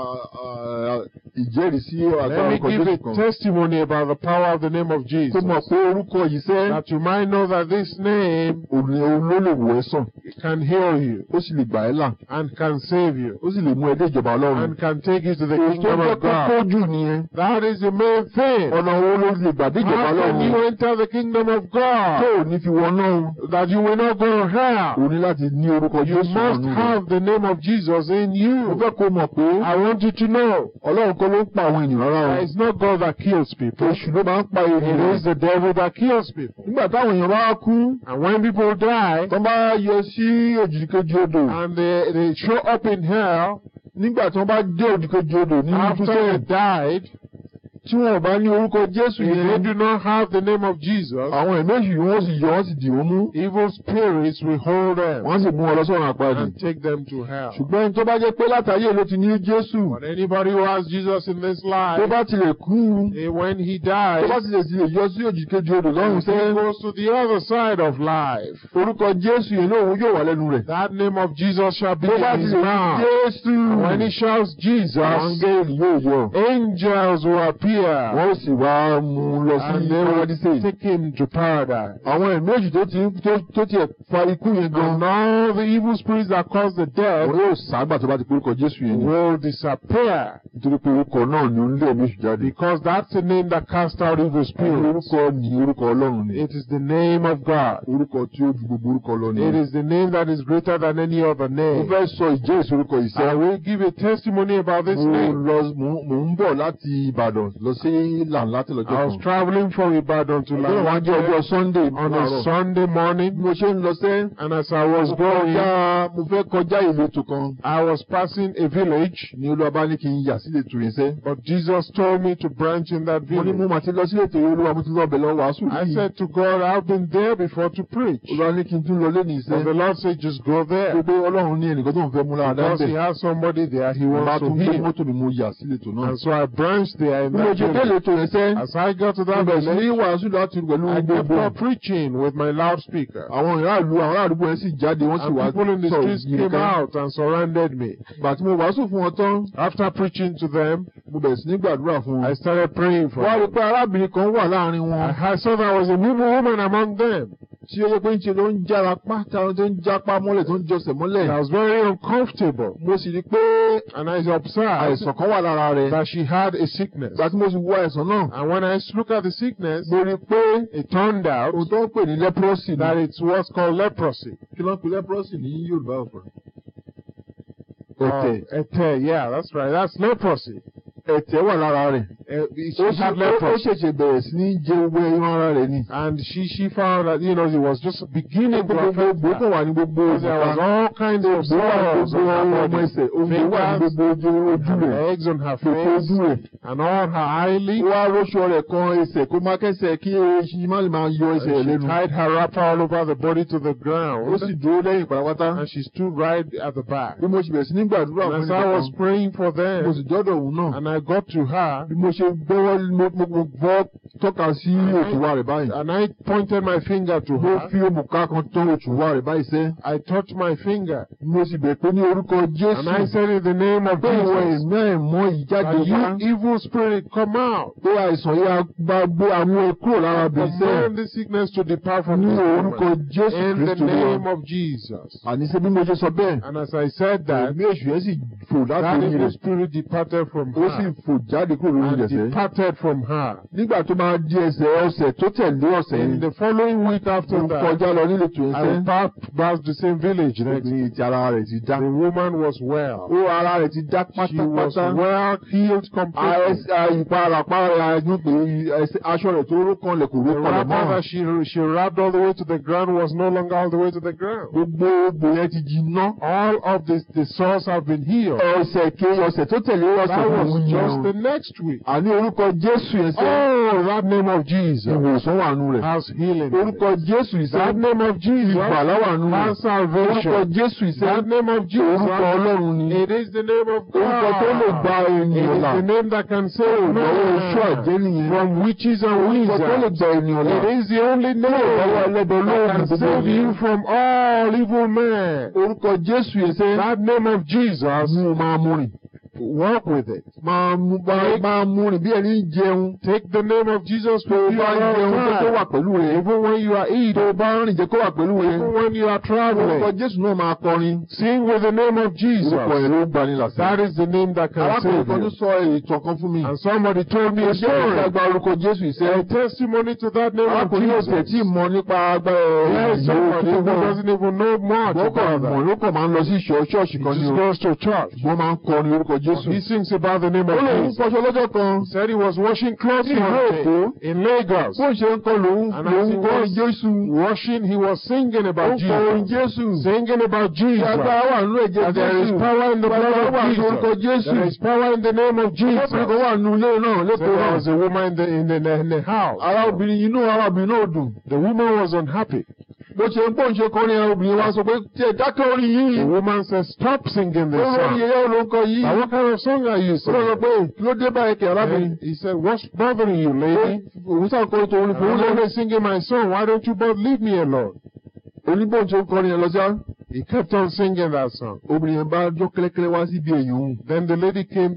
Speaker 1: ìjẹ́rìísí
Speaker 2: Let
Speaker 1: agbára
Speaker 2: me
Speaker 1: orúkọ
Speaker 2: give
Speaker 1: Jésù
Speaker 2: a
Speaker 1: kan.
Speaker 2: testimony about the power of the name of
Speaker 1: Tó
Speaker 2: Jesus.
Speaker 1: mọ̀ pé orúkọ yìí sẹ́,
Speaker 2: That you might know that this name
Speaker 1: òun ló lè wò ẹ́ sàn.
Speaker 2: can heal you
Speaker 1: Ó sì lè gbà ẹ́ là.
Speaker 2: and can save you
Speaker 1: Ó sì lè mú ẹ dé ìjọba Ọlọ́run.
Speaker 2: and can take you to the
Speaker 1: Èyí tó
Speaker 2: kingdom
Speaker 1: jẹ́
Speaker 2: of
Speaker 1: kókó
Speaker 2: God.
Speaker 1: jù nìyẹn.
Speaker 2: That is the main thing.
Speaker 1: Ọ̀nà wo ló lè gbà dé ìjọba
Speaker 2: How can
Speaker 1: Ọlọ́run?
Speaker 2: you enter the kingdom of
Speaker 1: Tó
Speaker 2: God?
Speaker 1: ò ní fi wọná o.
Speaker 2: That you will not go to
Speaker 1: O
Speaker 2: hell.
Speaker 1: ní láti ní orúkọ
Speaker 2: You
Speaker 1: Jésù
Speaker 2: must
Speaker 1: nínú rẹ̀.
Speaker 2: have the name of Jesus in
Speaker 1: Mo
Speaker 2: you.
Speaker 1: fẹ́ kó mọ̀ pé
Speaker 2: I want you to know
Speaker 1: Ọlọ́run kọ́ ló ń pa àwọn ènìyàn rárá
Speaker 2: that
Speaker 1: o.
Speaker 2: it's not God that kills people.
Speaker 1: Oṣù ló máa ń pa
Speaker 2: It
Speaker 1: ènìyàn.
Speaker 2: is the devil that kills people.
Speaker 1: Nígbà táwọn èèyàn bá kú,
Speaker 2: And when people die
Speaker 1: tán bá yọ sí òjìdíkejì odò.
Speaker 2: and they, they show up in hell
Speaker 1: Nígbà tí wọ́n bá dé òjìdíkejì odò ní
Speaker 2: after
Speaker 1: Jerusalem,
Speaker 2: they died,
Speaker 1: tí wọn ò bá ní orúkọ Jésù
Speaker 2: if they
Speaker 1: yẹn,
Speaker 2: do not have the name of Jesus,
Speaker 1: àwọn ẹ̀mí èṣù yìí wọ́n sì yọ wọ́n sì dì wọ́n mú.
Speaker 2: evil spirits will hold them
Speaker 1: Wọ́n sì mú wọn lọ sọ́run àpáàdì.
Speaker 2: and take them to hell.
Speaker 1: Ṣùgbọ́n ẹni tó bá jẹ́ pé látàyè ló ti ní Jésù,
Speaker 2: But anybody who has Jesus in this
Speaker 1: tó
Speaker 2: life,
Speaker 1: bá ti lè kú,
Speaker 2: eh, when he
Speaker 1: tó
Speaker 2: dies,
Speaker 1: bá ti lè ti lè yọ sí òjìdíkejì odò lọ́run
Speaker 2: He
Speaker 1: sẹ́yìn.
Speaker 2: goes to the other side of life.
Speaker 1: Orúkọ Jésù yẹn náà òun yóò wà lẹ́nu rẹ̀.
Speaker 2: That name of Jesus shall be
Speaker 1: Tó bá
Speaker 2: in
Speaker 1: ti
Speaker 2: his
Speaker 1: lè
Speaker 2: mouth.
Speaker 1: Jésù.
Speaker 2: When he shouts Jesus,
Speaker 1: Áńgẹ́lì yóò yọ.
Speaker 2: angels will fear
Speaker 1: wọ́n sì wá mú un lọ sí
Speaker 2: and
Speaker 1: ilé wádìsè.
Speaker 2: they take him to paradise.
Speaker 1: àwọn ẹ̀mí èjì tó ti tó- tó tiẹ̀ fa ikú yẹn gan
Speaker 2: And all the evil spirits that cause the death
Speaker 1: wọn yóò sábà tó bá ti porúkọ Jésù yẹn ni
Speaker 2: will disappear
Speaker 1: nítorí pé orúkọ náà ni ó ń lé ẹ̀mí èjì jáde.
Speaker 2: because that's the name that cast out evil spirits.
Speaker 1: orúkọ ni orúkọ Ọlọ́run ni
Speaker 2: It is the name of God.
Speaker 1: orúkọ tí ó ju gbogbo orúkọ lọ ni.
Speaker 2: It is the name that is greater than any other
Speaker 1: mo
Speaker 2: name.
Speaker 1: fẹ́ sọ ìjẹ́ ìsorúkọ
Speaker 2: I
Speaker 1: ìṣẹ́.
Speaker 2: will give a testimony about this
Speaker 1: mo
Speaker 2: name.
Speaker 1: lọ mo mo ń bọ̀ láti Ìbàdàn lọ sí làǹlá tí lọ́jọ́
Speaker 2: I
Speaker 1: kan.
Speaker 2: was traveling from Ibadan to
Speaker 1: Ọjọ́ wa jẹ́
Speaker 2: Lagos
Speaker 1: ọjọ́ Sunday
Speaker 2: on a
Speaker 1: láàárọ̀.
Speaker 2: Sunday morning,
Speaker 1: mo ṣe ń lọ sẹ́
Speaker 2: and as I was
Speaker 1: mo
Speaker 2: going,
Speaker 1: kọjá- mo fẹ́ kọjá ìletò kan
Speaker 2: I was passing a village,
Speaker 1: ni Olúwa bá ní kí n yà sílẹ̀ tó yẹn sẹ́.
Speaker 2: but Jesus told me to branch in that
Speaker 1: mo ní mo
Speaker 2: village.
Speaker 1: mà ti lọ sílẹ̀ tó yẹn Olúwa mo ti lọ bẹ̀ lọ wàásù
Speaker 2: I
Speaker 1: yìí.
Speaker 2: said to God, I've been there before to preach.
Speaker 1: Olúwa ní kí n tún lọ lé ní
Speaker 2: And the
Speaker 1: ìṣẹ́.
Speaker 2: Lord said, just go there.
Speaker 1: gbogbo Ọlọ́run ní ẹnìkan tó ń fẹ́ mú lára
Speaker 2: Because he
Speaker 1: dáńbẹ̀.
Speaker 2: has somebody there he
Speaker 1: mo bá
Speaker 2: wants
Speaker 1: tún
Speaker 2: to
Speaker 1: gbé
Speaker 2: heal.
Speaker 1: mọ́tò mi mo yà sílẹ̀ tó náà.
Speaker 2: And so I branched there in
Speaker 1: bí mo
Speaker 2: that
Speaker 1: ṣe dé
Speaker 2: village.
Speaker 1: ìletò yẹn sẹ́.
Speaker 2: As I got to
Speaker 1: mo
Speaker 2: that
Speaker 1: bẹ̀rẹ̀ sí
Speaker 2: village,
Speaker 1: ní wàásù láti pẹ̀lú
Speaker 2: I kept
Speaker 1: gbogbo.
Speaker 2: on preaching with my loudspeaker.
Speaker 1: àwọn aráàlú àwọn aráàlú yẹn sì jáde wọ́n sì
Speaker 2: And
Speaker 1: wá
Speaker 2: people in the
Speaker 1: sọ̀rọ̀
Speaker 2: streets
Speaker 1: yìí
Speaker 2: came out and surrounded me.
Speaker 1: Ìgbà tí mo wàásù fún wọn tán
Speaker 2: After preaching to them,
Speaker 1: mo bẹ̀rẹ̀ sí ní gbàdúrà fún
Speaker 2: I
Speaker 1: wọn.
Speaker 2: started praying for
Speaker 1: wọ́n á rí i
Speaker 2: them.
Speaker 1: pé arábìnrin kan wà láàrin wọn
Speaker 2: I I saw there was a Hebrew woman among them
Speaker 1: tí ó yẹ pé ń ṣe ló ń jára pátá tó ń jápá mọ́lẹ̀ tó ń jọsẹ̀
Speaker 2: that
Speaker 1: mọ́lẹ̀.
Speaker 2: was very uncomfortable.
Speaker 1: mo sì rí i pé
Speaker 2: And I observed
Speaker 1: àìsàn kan wà lára rẹ̀.
Speaker 2: that she had a sickness.
Speaker 1: ìgbà tí mo sì wo àìsàn náà
Speaker 2: And when I look at the sickness,
Speaker 1: mo rí i pé
Speaker 2: it turned out
Speaker 1: ohun tó ń pè ní lẹ́pírọ́sì ni
Speaker 2: that it's what's called leprosy.
Speaker 1: kí ló ń pè lẹ́pírọ́sì ní Yorùbá ọ̀fọ̀. ẹ̀tẹ̀
Speaker 2: Oh, Ete, yeah, that's right. That's leprosy.
Speaker 1: ẹ̀tẹ̀ wà lára rẹ̀.
Speaker 2: Uh,
Speaker 1: ó
Speaker 2: she
Speaker 1: ṣe- ó-
Speaker 2: had
Speaker 1: ó
Speaker 2: leprosy.
Speaker 1: ṣẹ̀ṣẹ̀ bẹ̀rẹ̀ sí ní jẹ owó ẹran ara rẹ̀ ni.
Speaker 2: And she, she found that, you know, it was just beginning to
Speaker 1: gbogbo
Speaker 2: affect
Speaker 1: ògbó
Speaker 2: her.
Speaker 1: kan wà ní gbogbo
Speaker 2: There was
Speaker 1: ògbó
Speaker 2: all kinds of sores
Speaker 1: gbogbo
Speaker 2: on her
Speaker 1: ọmọ
Speaker 2: body,
Speaker 1: ẹsẹ̀ ògbó wà ní
Speaker 2: fingers,
Speaker 1: gbogbo ojú ojú rẹ̀
Speaker 2: her eggs on her
Speaker 1: gbogbo ojú
Speaker 2: face,
Speaker 1: rẹ̀.
Speaker 2: and on her eyelids.
Speaker 1: ó wá róṣọ rẹ̀ kan ẹsẹ̀ kó má kẹsẹ̀ kí eṣin má lè máa yọ
Speaker 2: And
Speaker 1: ẹsẹ̀ rẹ̀
Speaker 2: She
Speaker 1: lẹ́nu.
Speaker 2: tied her wrapper all over the body to the
Speaker 1: ó sì
Speaker 2: ground,
Speaker 1: dúró lẹ́yìn pátápátá.
Speaker 2: and she stood right at the back.
Speaker 1: bí mo ṣe bẹ̀rẹ̀ sí ní gbàdúrà
Speaker 2: And
Speaker 1: fún
Speaker 2: as I
Speaker 1: ẹnìkan
Speaker 2: was praying for
Speaker 1: mo
Speaker 2: them,
Speaker 1: sì dọ́dọ̀ òun náà.
Speaker 2: and I got to her,
Speaker 1: bí mo ṣe gbọ́wọ́ mo mo mo gbọ́ tọ́ka sí òtúwa rẹ̀ báyìí.
Speaker 2: and I pointed my finger to
Speaker 1: mo
Speaker 2: her.
Speaker 1: fi òmùká kan tán òtúwa rẹ̀ báyìí sẹ́.
Speaker 2: I touched my finger,
Speaker 1: mo sì bẹ̀ pé ní orúkọ
Speaker 2: and I
Speaker 1: Jésù
Speaker 2: said, In the name of
Speaker 1: pé ìwọ
Speaker 2: Jesus,
Speaker 1: ẹ̀mí ẹ̀mọ́ yìí jáde wá.
Speaker 2: that you evil spirit come out.
Speaker 1: pé àìsàn yìí á gba gbé àwọn ẹ kúrò lára bẹ̀sẹ̀
Speaker 2: Command the sickness to depart from
Speaker 1: ní
Speaker 2: this
Speaker 1: orúkọ
Speaker 2: woman.
Speaker 1: Jésù
Speaker 2: In the
Speaker 1: Kristu lọ.
Speaker 2: name of Jesus.
Speaker 1: àníṣe bí mo ṣe sọ bẹ́ẹ̀
Speaker 2: And as I said that,
Speaker 1: ẹ̀mí èṣù yẹn sì fò
Speaker 2: that
Speaker 1: láti orí
Speaker 2: evil
Speaker 1: rẹ̀
Speaker 2: spirit departed from
Speaker 1: ó sì
Speaker 2: her
Speaker 1: fò jáde kúrò lórí
Speaker 2: and
Speaker 1: ẹsẹ̀.
Speaker 2: departed from her.
Speaker 1: nígbà tó máa di ẹsẹ̀ ọ̀sẹ̀ tó tẹ̀lé ọ̀sẹ̀
Speaker 2: In
Speaker 1: yẹn
Speaker 2: the following week
Speaker 1: tó
Speaker 2: after
Speaker 1: ń
Speaker 2: that,
Speaker 1: kọjá lọ nílé tó ń
Speaker 2: I
Speaker 1: sẹ́
Speaker 2: will pass, pass the same village next.
Speaker 1: obìnrin ti ara rẹ̀ ti dá.
Speaker 2: The woman was well.
Speaker 1: ó ara rẹ̀ ti dá
Speaker 2: She was
Speaker 1: pátápátá.
Speaker 2: well healed completely.
Speaker 1: ìparapara ẹ̀gbọ́n pé ẹsẹ̀- aṣọ rẹ̀ tó ró kanlẹ̀ kò ró
Speaker 2: The
Speaker 1: kanlẹ̀
Speaker 2: wrapper
Speaker 1: mọ́.
Speaker 2: that she she wrapped all the way to the ground was no longer all the way to the ground.
Speaker 1: gbogbo obìnrin ti jiná.
Speaker 2: All of this, the sores have been healed.
Speaker 1: ọ̀sẹ̀ kejì ọ̀sẹ̀ tó tẹ̀lé ọ̀sẹ̀
Speaker 2: That
Speaker 1: òun
Speaker 2: was
Speaker 1: yẹn o.
Speaker 2: just the next week.
Speaker 1: àní orúkọ Jésù yẹn sẹ́
Speaker 2: Oh, that name of Jesus
Speaker 1: ìwòsàn wà nù rẹ̀
Speaker 2: has healing. in it.
Speaker 1: orúkọ Jésù
Speaker 2: That
Speaker 1: ìsẹ́
Speaker 2: name of Jesus
Speaker 1: ìgbàlá wà nù rẹ̀
Speaker 2: has
Speaker 1: orúkọ
Speaker 2: salvation.
Speaker 1: Jésù ìsẹ́
Speaker 2: That name of
Speaker 1: orúkọ
Speaker 2: Jesus,
Speaker 1: Ọlọ́run ni
Speaker 2: it is the name of
Speaker 1: orúkọ tó lè gba
Speaker 2: God. It
Speaker 1: ènìyàn
Speaker 2: is
Speaker 1: là
Speaker 2: the name that can save
Speaker 1: lọ́wọ́ oṣù
Speaker 2: man
Speaker 1: àjẹ́ nìyẹn
Speaker 2: from witches and
Speaker 1: orúkọ tó lè
Speaker 2: wizards.
Speaker 1: gba ènìyàn là
Speaker 2: It is the only name
Speaker 1: lọ́wọ́
Speaker 2: that
Speaker 1: ẹlẹ́dọ̀ lóòrùn
Speaker 2: can
Speaker 1: gbogbo
Speaker 2: save you from all evil men.
Speaker 1: orúkọ Jésù yẹn sẹ́
Speaker 2: That name of Jesus,
Speaker 1: mú máa mú rìn
Speaker 2: walk with it.
Speaker 1: máa mú bá- máa mú rìn bí ẹni ń jẹun
Speaker 2: Take the name of Jesus
Speaker 1: tó
Speaker 2: with you
Speaker 1: bá ń
Speaker 2: at all
Speaker 1: jẹun jẹ́ kó wà
Speaker 2: times.
Speaker 1: pẹ̀lú rẹ̀
Speaker 2: Even when you are
Speaker 1: tó
Speaker 2: eating,
Speaker 1: bá ń rìn jẹ́ kó wà pẹ̀lú rẹ̀
Speaker 2: even when you are
Speaker 1: orúkọ
Speaker 2: traveling,
Speaker 1: Jésù náà máa kọrin
Speaker 2: sing with the name of
Speaker 1: orúkọ
Speaker 2: Jesus.
Speaker 1: ẹ̀ ló ń gbani làṣẹ.
Speaker 2: That is the name that can
Speaker 1: arákùnrin
Speaker 2: save
Speaker 1: kan ló
Speaker 2: you.
Speaker 1: sọ ìtàn kan fún mi.
Speaker 2: And somebody told me
Speaker 1: Ó
Speaker 2: a
Speaker 1: jẹ́ ìfẹ́
Speaker 2: story,
Speaker 1: àgbà orúkọ Jésù
Speaker 2: a
Speaker 1: ìṣẹ́.
Speaker 2: testimony to that name of
Speaker 1: Arákùnrin yóò tẹ̀
Speaker 2: Jesus.
Speaker 1: tí ì mọ̀ nípa agbára
Speaker 2: Yes, somebody who
Speaker 1: ìṣẹ́.
Speaker 2: doesn't even know much
Speaker 1: Bọ́kọ̀
Speaker 2: about
Speaker 1: mọ̀
Speaker 2: that.
Speaker 1: ló kàn máa ń lọ sí ìṣọ́ ṣọ́ọ̀ṣì
Speaker 2: He
Speaker 1: kan ní
Speaker 2: just
Speaker 1: o.
Speaker 2: goes to church.
Speaker 1: Wọ́n máa ń kọrin orúkọ Jésù.
Speaker 2: He sings about the name
Speaker 1: Ó
Speaker 2: of
Speaker 1: lè ń
Speaker 2: Jesus.
Speaker 1: kọṣọ lọ́jọ́ kan.
Speaker 2: He said he was washing clothes
Speaker 1: Ní ìlú
Speaker 2: one day
Speaker 1: Èkó.
Speaker 2: in Lagos.
Speaker 1: Bó ṣe ń kọ lòun
Speaker 2: And as
Speaker 1: lòun
Speaker 2: he
Speaker 1: kọrin
Speaker 2: was
Speaker 1: Jésù.
Speaker 2: washing, he was singing
Speaker 1: Ó
Speaker 2: about
Speaker 1: ń kọrin
Speaker 2: Jesus,
Speaker 1: Jésù.
Speaker 2: singing about
Speaker 1: Ṣé
Speaker 2: Jesus.
Speaker 1: agbára wà nínú ẹ̀jẹ̀
Speaker 2: That there is
Speaker 1: Jésù?
Speaker 2: power in the
Speaker 1: Agbára
Speaker 2: blood
Speaker 1: wà
Speaker 2: of
Speaker 1: nínú orúkọ
Speaker 2: Jesus.
Speaker 1: Jésù.
Speaker 2: There is power in the name of
Speaker 1: Ọkùnrin
Speaker 2: Jesus.
Speaker 1: kan
Speaker 2: So
Speaker 1: wà nínú ilé náà
Speaker 2: there
Speaker 1: lẹ́kọ̀ọ́ náà.
Speaker 2: was a woman in the, in the, in the
Speaker 1: Ara
Speaker 2: house.
Speaker 1: obìnrin inú ara obìnrin náà dùn.
Speaker 2: The woman was unhappy.
Speaker 1: bó ṣe ń bó ń ṣe kọrin àwọn obìnrin wa sọ pé tí ẹ dákẹ́ orin yìí
Speaker 2: The woman said, Stop singing this
Speaker 1: olórí
Speaker 2: song.
Speaker 1: ẹyẹ olóńkọ yìí
Speaker 2: Now, what kind of song are you
Speaker 1: ó lọ
Speaker 2: singing?
Speaker 1: pé kí ló dé báyìí kẹ̀ arábìnrin
Speaker 2: And he said, What's bothering you,
Speaker 1: Ó-
Speaker 2: lady?
Speaker 1: òun sàn kọrin tòun
Speaker 2: I'm
Speaker 1: fún un lọ́wọ́
Speaker 2: only singing my song. Why don't you both leave me alone?
Speaker 1: oníbò tó ń kọrin ẹ lọ sí
Speaker 2: He kept on singing that song.
Speaker 1: obìnrin yẹn bá jọ kẹ́lẹ́kẹ́lẹ́ wá síbi èyí òun
Speaker 2: Then the lady came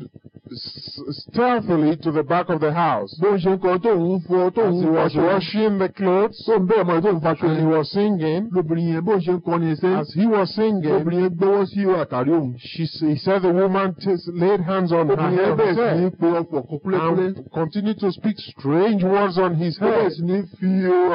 Speaker 2: s- stealthily to the back of the house.
Speaker 1: bó ń ṣe kọ tóun fọ
Speaker 2: As
Speaker 1: tóun
Speaker 2: he was
Speaker 1: wọṣọ
Speaker 2: washing the clothes
Speaker 1: tóun bẹ́ẹ̀ mọ́ tóun faṣọ
Speaker 2: and he
Speaker 1: ni
Speaker 2: was singing,
Speaker 1: lóbìnrin yẹn bó ń ṣe kọ ni ẹsẹ̀
Speaker 2: as he was singing,
Speaker 1: lóbìnrin yẹn gbọ́wọ́ sí àtàrí òun.
Speaker 2: she, s- he said the woman t- laid hands on her
Speaker 1: obìnrin
Speaker 2: head
Speaker 1: yẹn
Speaker 2: and
Speaker 1: bẹ̀rẹ̀ sí ní
Speaker 2: said,
Speaker 1: pe ọkọ̀ kúkúlẹ́kúlẹ́.
Speaker 2: and continued to speak strange words on his
Speaker 1: ó bẹ̀rẹ̀
Speaker 2: head,
Speaker 1: sí ní fi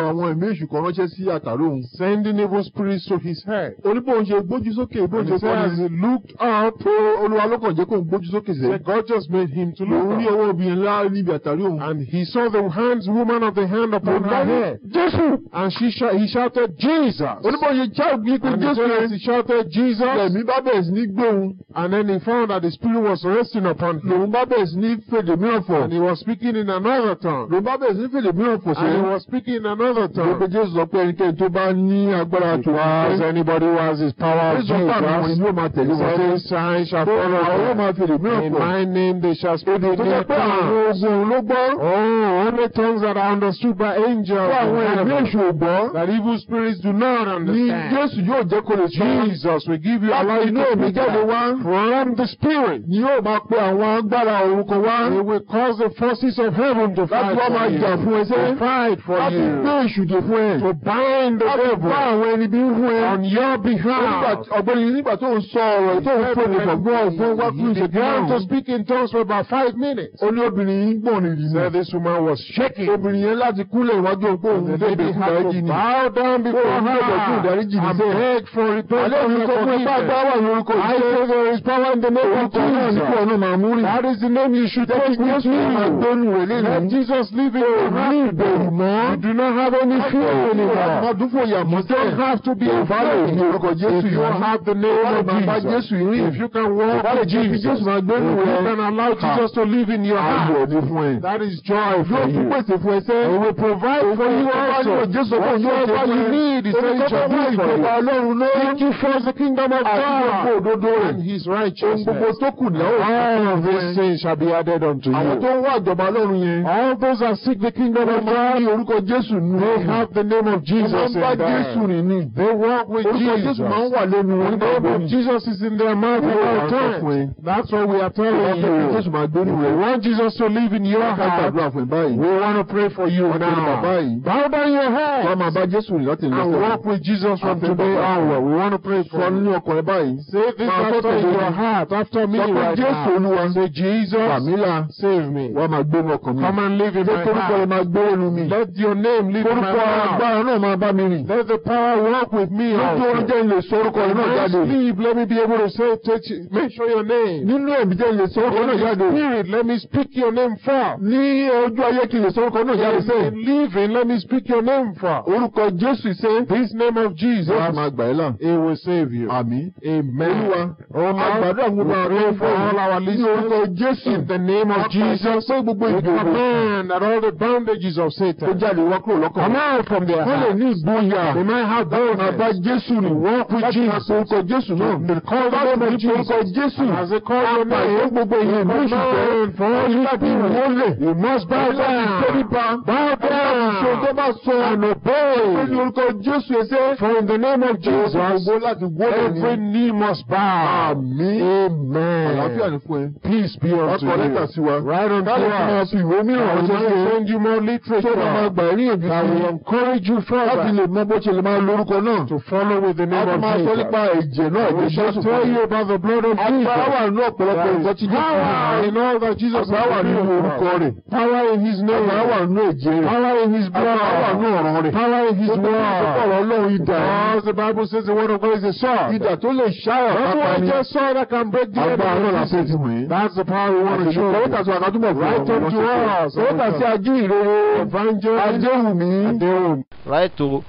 Speaker 1: àwọn ẹ̀mí èṣù kan ránṣẹ́ sí àtàrí òun.
Speaker 2: sending evil spirits to his head.
Speaker 1: ó ní bó ń ṣe gbójú sókè bó ń
Speaker 2: And
Speaker 1: ṣe kọ
Speaker 2: he said,
Speaker 1: ni
Speaker 2: as he looked up,
Speaker 1: pé olúwa lọ́kàn jẹ́ kó ń gbójú sókè
Speaker 2: he
Speaker 1: sẹ́.
Speaker 2: said, God just made him to
Speaker 1: lòun rí
Speaker 2: look up.
Speaker 1: ọwọ́ obìnrin ńlá níbi àtàrí òun.
Speaker 2: And he saw the hands, woman of the hand upon
Speaker 1: Lòun bá
Speaker 2: her
Speaker 1: ní,
Speaker 2: head.
Speaker 1: Jésù.
Speaker 2: And she sh- he shouted, Jesus!
Speaker 1: oníbọ̀nyẹ já ògbìn pé
Speaker 2: And he
Speaker 1: Jésù
Speaker 2: said,
Speaker 1: rẹ̀
Speaker 2: as he shouted, Jesus!
Speaker 1: lẹ̀mí bá bẹ̀rẹ̀ sí ní gbé òun.
Speaker 2: And then he found that the Spirit was resting upon him.
Speaker 1: lòun bá bẹ̀rẹ̀ sí ní fèdè mìíràn fọ̀.
Speaker 2: And he was speaking in another tongue.
Speaker 1: lòun bá bẹ̀rẹ̀ sí ní fèdè mìíràn fọ̀
Speaker 2: And he
Speaker 1: sẹ́.
Speaker 2: was speaking in another
Speaker 1: ló pé
Speaker 2: tongue.
Speaker 1: Jésù sọ pé ẹnikẹ́ni tó bá ní agbára tó wá.
Speaker 2: Because anybody who has his power of
Speaker 1: Jésù sọ pé àwọn
Speaker 2: Jesus,
Speaker 1: ìlú ò máa tẹ̀lé
Speaker 2: he
Speaker 1: wọn
Speaker 2: said,
Speaker 1: sẹ́.
Speaker 2: "This sign shall
Speaker 1: pé àwọn
Speaker 2: follow
Speaker 1: yóò
Speaker 2: them.
Speaker 1: máa fèdè mìíràn
Speaker 2: In
Speaker 1: fọ̀.
Speaker 2: my name they shall speak
Speaker 1: èdè
Speaker 2: in
Speaker 1: tó jẹ́ pé àwọn ogun ló gbọ́.
Speaker 2: Oh, only tongues that are understood by angels.
Speaker 1: pé àwọn
Speaker 2: in
Speaker 1: ẹ̀mí
Speaker 2: heaven,
Speaker 1: èṣù ò gbọ́.
Speaker 2: That evil spirits do not
Speaker 1: ni
Speaker 2: understand.
Speaker 1: Jésù yóò jẹ́ kó lè sọ.
Speaker 2: Jesus, we give you
Speaker 1: Láti
Speaker 2: allow you
Speaker 1: inú
Speaker 2: to
Speaker 1: èmi
Speaker 2: speak
Speaker 1: jáde
Speaker 2: that.
Speaker 1: wá.
Speaker 2: from the Spirit.
Speaker 1: ni yóò máa pe àwọn agbára orúkọ wá.
Speaker 2: He will cause the forces of heaven to
Speaker 1: láti
Speaker 2: fight
Speaker 1: wá máa
Speaker 2: for you.
Speaker 1: jà fún ẹ
Speaker 2: To
Speaker 1: sẹ́.
Speaker 2: fight for
Speaker 1: láti gbé
Speaker 2: you.
Speaker 1: èṣù dè fún ẹ.
Speaker 2: To bind the
Speaker 1: láti bá
Speaker 2: devil
Speaker 1: àwọn ẹni bí ń fún ẹ.
Speaker 2: on your
Speaker 1: Nígbà
Speaker 2: behalf.
Speaker 1: tí- ọ̀gbẹ́ni nígbà tó ń sọ ọ̀rọ̀ tó ń fún mi pẹ̀lú ọ̀fun wá fún
Speaker 2: He
Speaker 1: ìṣègùn
Speaker 2: began to
Speaker 1: náà.
Speaker 2: speak in tongues for about five minutes.
Speaker 1: ó ní obìnrin yìí ń gbọ̀n nìyí
Speaker 2: So
Speaker 1: ni.
Speaker 2: this woman was shaking.
Speaker 1: obìnrin yẹn láti kúnlẹ̀ iwájú ọgbọ́n
Speaker 2: And the
Speaker 1: òun bèbè
Speaker 2: lady
Speaker 1: fún
Speaker 2: had
Speaker 1: ìdáríjì
Speaker 2: to
Speaker 1: ni.
Speaker 2: bow down before
Speaker 1: Oh,
Speaker 2: her
Speaker 1: Lord,
Speaker 2: and
Speaker 1: dáríjì mi sẹ́ẹ̀.
Speaker 2: beg for
Speaker 1: alẹ́
Speaker 2: repentance
Speaker 1: òun
Speaker 2: and
Speaker 1: sọ fún ipá
Speaker 2: forgiveness.
Speaker 1: agbára ní orúkọ
Speaker 2: I
Speaker 1: ìṣe.
Speaker 2: say there is power in the name of
Speaker 1: orúkọ náà ní kúrò
Speaker 2: Jesus.
Speaker 1: náà máa mú rìn.
Speaker 2: That is the name you should
Speaker 1: jẹ́ kí
Speaker 2: take with
Speaker 1: Jésù máa
Speaker 2: you.
Speaker 1: gbónú rẹ̀
Speaker 2: Let
Speaker 1: lẹ́nu.
Speaker 2: Jesus live in your
Speaker 1: Òun ní
Speaker 2: heart.
Speaker 1: ìbẹ̀rù mọ́.
Speaker 2: You do not have any fear anymore.
Speaker 1: Àmọ́dúnfò yàmọ́
Speaker 2: You don't have to be afraid.
Speaker 1: ní orúkọ
Speaker 2: If
Speaker 1: Jésù
Speaker 2: you
Speaker 1: yìí.
Speaker 2: have the
Speaker 1: Báwo
Speaker 2: name
Speaker 1: máa bá
Speaker 2: of Jesus,
Speaker 1: Jésù yìí rìn?
Speaker 2: if you can walk
Speaker 1: Báwo
Speaker 2: with
Speaker 1: jẹ́ kí
Speaker 2: Jesus,
Speaker 1: Jésù máa
Speaker 2: if
Speaker 1: gbónú
Speaker 2: you
Speaker 1: rẹ̀?
Speaker 2: can allow Jesus to live in your
Speaker 1: Àbọ̀
Speaker 2: heart,
Speaker 1: ni fún ẹ.
Speaker 2: that is joy
Speaker 1: Yóò
Speaker 2: for
Speaker 1: tún
Speaker 2: you.
Speaker 1: pèsè fún ẹ sẹ́.
Speaker 2: He will provide for you also. Whatever you need, he said he shall do it for you.
Speaker 1: Ọlọ́run ló
Speaker 2: Seek ye first the kingdom of
Speaker 1: àti gbogbo
Speaker 2: God
Speaker 1: òdodo
Speaker 2: and Ah.
Speaker 1: rẹ̀.
Speaker 2: his
Speaker 1: Ohun gbogbo
Speaker 2: righteousness.
Speaker 1: tó kù náà ó
Speaker 2: All of these things shall be added unto
Speaker 1: Àwọn tó
Speaker 2: you.
Speaker 1: ń wá ìjọba Ọlọ́run yẹn.
Speaker 2: All those that seek the kingdom
Speaker 1: Wọ́n
Speaker 2: of
Speaker 1: máa ń
Speaker 2: God,
Speaker 1: ní orúkọ Jésù nù.
Speaker 2: they have the name of Jesus
Speaker 1: Wọ́n
Speaker 2: in
Speaker 1: bá Jésù
Speaker 2: them.
Speaker 1: rìn ní.
Speaker 2: They walk with
Speaker 1: Orúkọ
Speaker 2: Jesus.
Speaker 1: Jésù máa ń wà lẹ́nu wọn
Speaker 2: The
Speaker 1: nígbà
Speaker 2: name
Speaker 1: gbogbo
Speaker 2: of
Speaker 1: ni.
Speaker 2: Jesus is in their mouth at all times. That's what we are telling
Speaker 1: Orúkọ
Speaker 2: you.
Speaker 1: Jésù máa gbónú
Speaker 2: We
Speaker 1: rẹ̀.
Speaker 2: want Jesus to live in your
Speaker 1: Wọ́n ká
Speaker 2: heart.
Speaker 1: gbàdúrà fún ẹ báyìí.
Speaker 2: We want to pray for you
Speaker 1: Wọ́n ti ní bàbá
Speaker 2: now.
Speaker 1: yìí.
Speaker 2: Bow down your
Speaker 1: Wọ́n
Speaker 2: head
Speaker 1: máa bá Jésù rìn láti
Speaker 2: and
Speaker 1: ìlọ́sẹ̀.
Speaker 2: walk with Jesus from
Speaker 1: After
Speaker 2: today
Speaker 1: Baba.
Speaker 2: onward. We want to pray
Speaker 1: Sọ
Speaker 2: for you.
Speaker 1: nínú ọkàn ẹ báyìí.
Speaker 2: Say this
Speaker 1: Máa
Speaker 2: after
Speaker 1: sọ́tọ̀
Speaker 2: in
Speaker 1: lórí.
Speaker 2: your heart, after me
Speaker 1: Sọ pé
Speaker 2: right
Speaker 1: Jésù
Speaker 2: now.
Speaker 1: Olúwa.
Speaker 2: Say, Jesus,
Speaker 1: Bàmílà.
Speaker 2: save me.
Speaker 1: Wọ́n máa gbónú ọkàn mi.
Speaker 2: Come and live in
Speaker 1: Jẹ́
Speaker 2: my
Speaker 1: korúkọ rẹ̀
Speaker 2: heart.
Speaker 1: máa gbé ẹnu mi.
Speaker 2: Let your name live in my
Speaker 1: Korúkọ
Speaker 2: mouth.
Speaker 1: agbára náà máa bá mi rìn.
Speaker 2: Let the power walk with me
Speaker 1: Lójú oorun
Speaker 2: also.
Speaker 1: jẹ́ ilé sọ orúkọ rẹ̀
Speaker 2: In
Speaker 1: náà
Speaker 2: my
Speaker 1: jáde.
Speaker 2: sleep, let me be able to say, touch, mention your name.
Speaker 1: Nínú ẹ̀mí jẹ́ ilé sọ orúkọ
Speaker 2: In
Speaker 1: náà
Speaker 2: the
Speaker 1: jáde.
Speaker 2: spirit, let me speak your name forth.
Speaker 1: Ní ojú ayé kí ilé sọ orúkọ náà jáde
Speaker 2: In
Speaker 1: sẹ́yìn.
Speaker 2: in living, let me speak your name forth.
Speaker 1: Orúkọ Jésù ṣe.
Speaker 2: This name of Jesus,
Speaker 1: Jésù máa gbà ẹ́ là.
Speaker 2: it will save you.
Speaker 1: Àmín. Olúwa.
Speaker 2: Amen. Oh, my
Speaker 1: Àgbàdo àwọn
Speaker 2: we
Speaker 1: ọmọ
Speaker 2: pray for all our
Speaker 1: Ní orúkọ
Speaker 2: listeners.
Speaker 1: Jésù.
Speaker 2: In the name of Jesus,
Speaker 1: Pé gbogbo
Speaker 2: we
Speaker 1: ìgbòho.
Speaker 2: command that all the bondages of
Speaker 1: Ó
Speaker 2: Satan
Speaker 1: jáde wá kúrò lọ́kàn.
Speaker 2: come out from their
Speaker 1: Wọ́n lè
Speaker 2: heart.
Speaker 1: ní ìgboyà.
Speaker 2: They might have
Speaker 1: Máa bá
Speaker 2: boldness.
Speaker 1: Jésù rìn.
Speaker 2: Walk with
Speaker 1: Láti máa
Speaker 2: Jesus.
Speaker 1: pe orúkọ Jésù náà.
Speaker 2: They call
Speaker 1: Bá
Speaker 2: the name
Speaker 1: mi
Speaker 2: of
Speaker 1: pe orúkọ
Speaker 2: Jesus.
Speaker 1: Jésù.
Speaker 2: As they call your
Speaker 1: Àpàdé
Speaker 2: name,
Speaker 1: gbogbo èèyàn ní òṣìṣẹ́.
Speaker 2: command for all you people, you must bow
Speaker 1: Torí
Speaker 2: down.
Speaker 1: ba.
Speaker 2: Bow
Speaker 1: Ṣé o tó
Speaker 2: down
Speaker 1: bá sọ
Speaker 2: and
Speaker 1: lórí
Speaker 2: obey.
Speaker 1: orúkọ Jésù ẹsẹ̀?
Speaker 2: For in the name of Jesus,
Speaker 1: Gbogbo láti wọlé ní.
Speaker 2: every knee must bow.
Speaker 1: Àmín. Àlàáfíà
Speaker 2: Amen.
Speaker 1: ni fún ẹ.
Speaker 2: Peace be unto
Speaker 1: Ọkọ̀ lẹ́tà
Speaker 2: you.
Speaker 1: sí wa.
Speaker 2: Right on
Speaker 1: Káàlì fún
Speaker 2: to
Speaker 1: wa
Speaker 2: us.
Speaker 1: sí ìwé
Speaker 2: I
Speaker 1: mìíràn
Speaker 2: will
Speaker 1: ọ̀rọ̀
Speaker 2: just send you more
Speaker 1: tó máa máa
Speaker 2: literature
Speaker 1: gbà ẹ́ ní
Speaker 2: that will
Speaker 1: ìgbésí.
Speaker 2: encourage you
Speaker 1: Láti
Speaker 2: further
Speaker 1: lè mọ bó ṣe lè máa lórúkọ náà.
Speaker 2: to follow with the
Speaker 1: A
Speaker 2: name
Speaker 1: tún
Speaker 2: of
Speaker 1: máa sọ
Speaker 2: Jesus.
Speaker 1: nípa ẹ̀jẹ̀ náà.
Speaker 2: We
Speaker 1: Ẹ̀jẹ̀
Speaker 2: shall
Speaker 1: Jésù
Speaker 2: tell
Speaker 1: kan.
Speaker 2: you about the blood of
Speaker 1: Agbára wà
Speaker 2: Jesus.
Speaker 1: nínú ọ̀pọ̀lọpọ̀
Speaker 2: There
Speaker 1: nǹkan
Speaker 2: is
Speaker 1: tí Jésù
Speaker 2: power in all that Jesus
Speaker 1: Agbára wà nínú orúkọ
Speaker 2: has
Speaker 1: rẹ̀.
Speaker 2: Power in His name.
Speaker 1: Agbára wà nínú ẹ̀jẹ̀ rẹ̀.
Speaker 2: Power in His
Speaker 1: Agbára wà nínú
Speaker 2: blood.
Speaker 1: ọ̀rọ̀ rẹ̀.
Speaker 2: Power in His
Speaker 1: Tó bá tó
Speaker 2: word.
Speaker 1: bọ̀rọ̀ Ọlọ́run idà yìí.
Speaker 2: Because the Bible says the word of God is a sword.
Speaker 1: Idà tó lè ṣá ọ̀tá
Speaker 2: That's
Speaker 1: pa
Speaker 2: why
Speaker 1: ni.
Speaker 2: just sword that can break the
Speaker 1: Agbára náà la
Speaker 2: enemy.
Speaker 1: fẹ́ ti wọ̀nyí.
Speaker 2: That's the power we want to show.
Speaker 1: Kọ̀wétà
Speaker 2: you.
Speaker 1: sí àkàtúmọ̀ fún
Speaker 2: Right
Speaker 1: ọ̀rọ̀
Speaker 2: up to
Speaker 1: wọn.
Speaker 2: us.
Speaker 1: Kọ̀wétà sí ajú ìrere.
Speaker 2: Evangelist
Speaker 1: Adéwùmí.
Speaker 2: Adéhùn.
Speaker 3: write to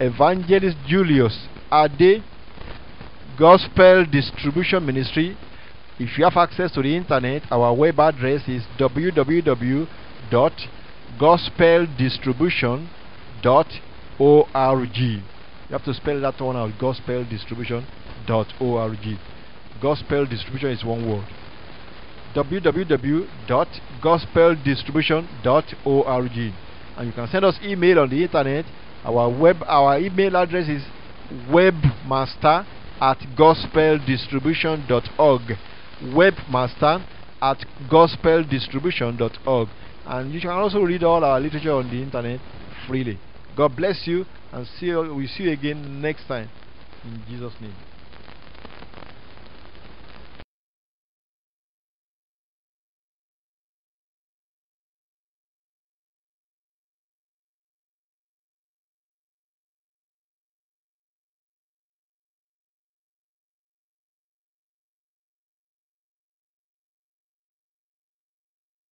Speaker 3: Evangelist Julius Ade Gospel Distribution Ministry. If you have access to the internet, our web address is www.gospeldistribution.org. You have to spell that one out gospeldistribution.org. Gospel distribution is one word www.gospeldistribution.org and you can send us email on the internet. Our web our email address is webmaster at gospeldistribution.org. Webmaster at gospeldistribution.org. And you can also read all our literature on the internet freely. God bless you, and see you, we see you again next time. In Jesus' name.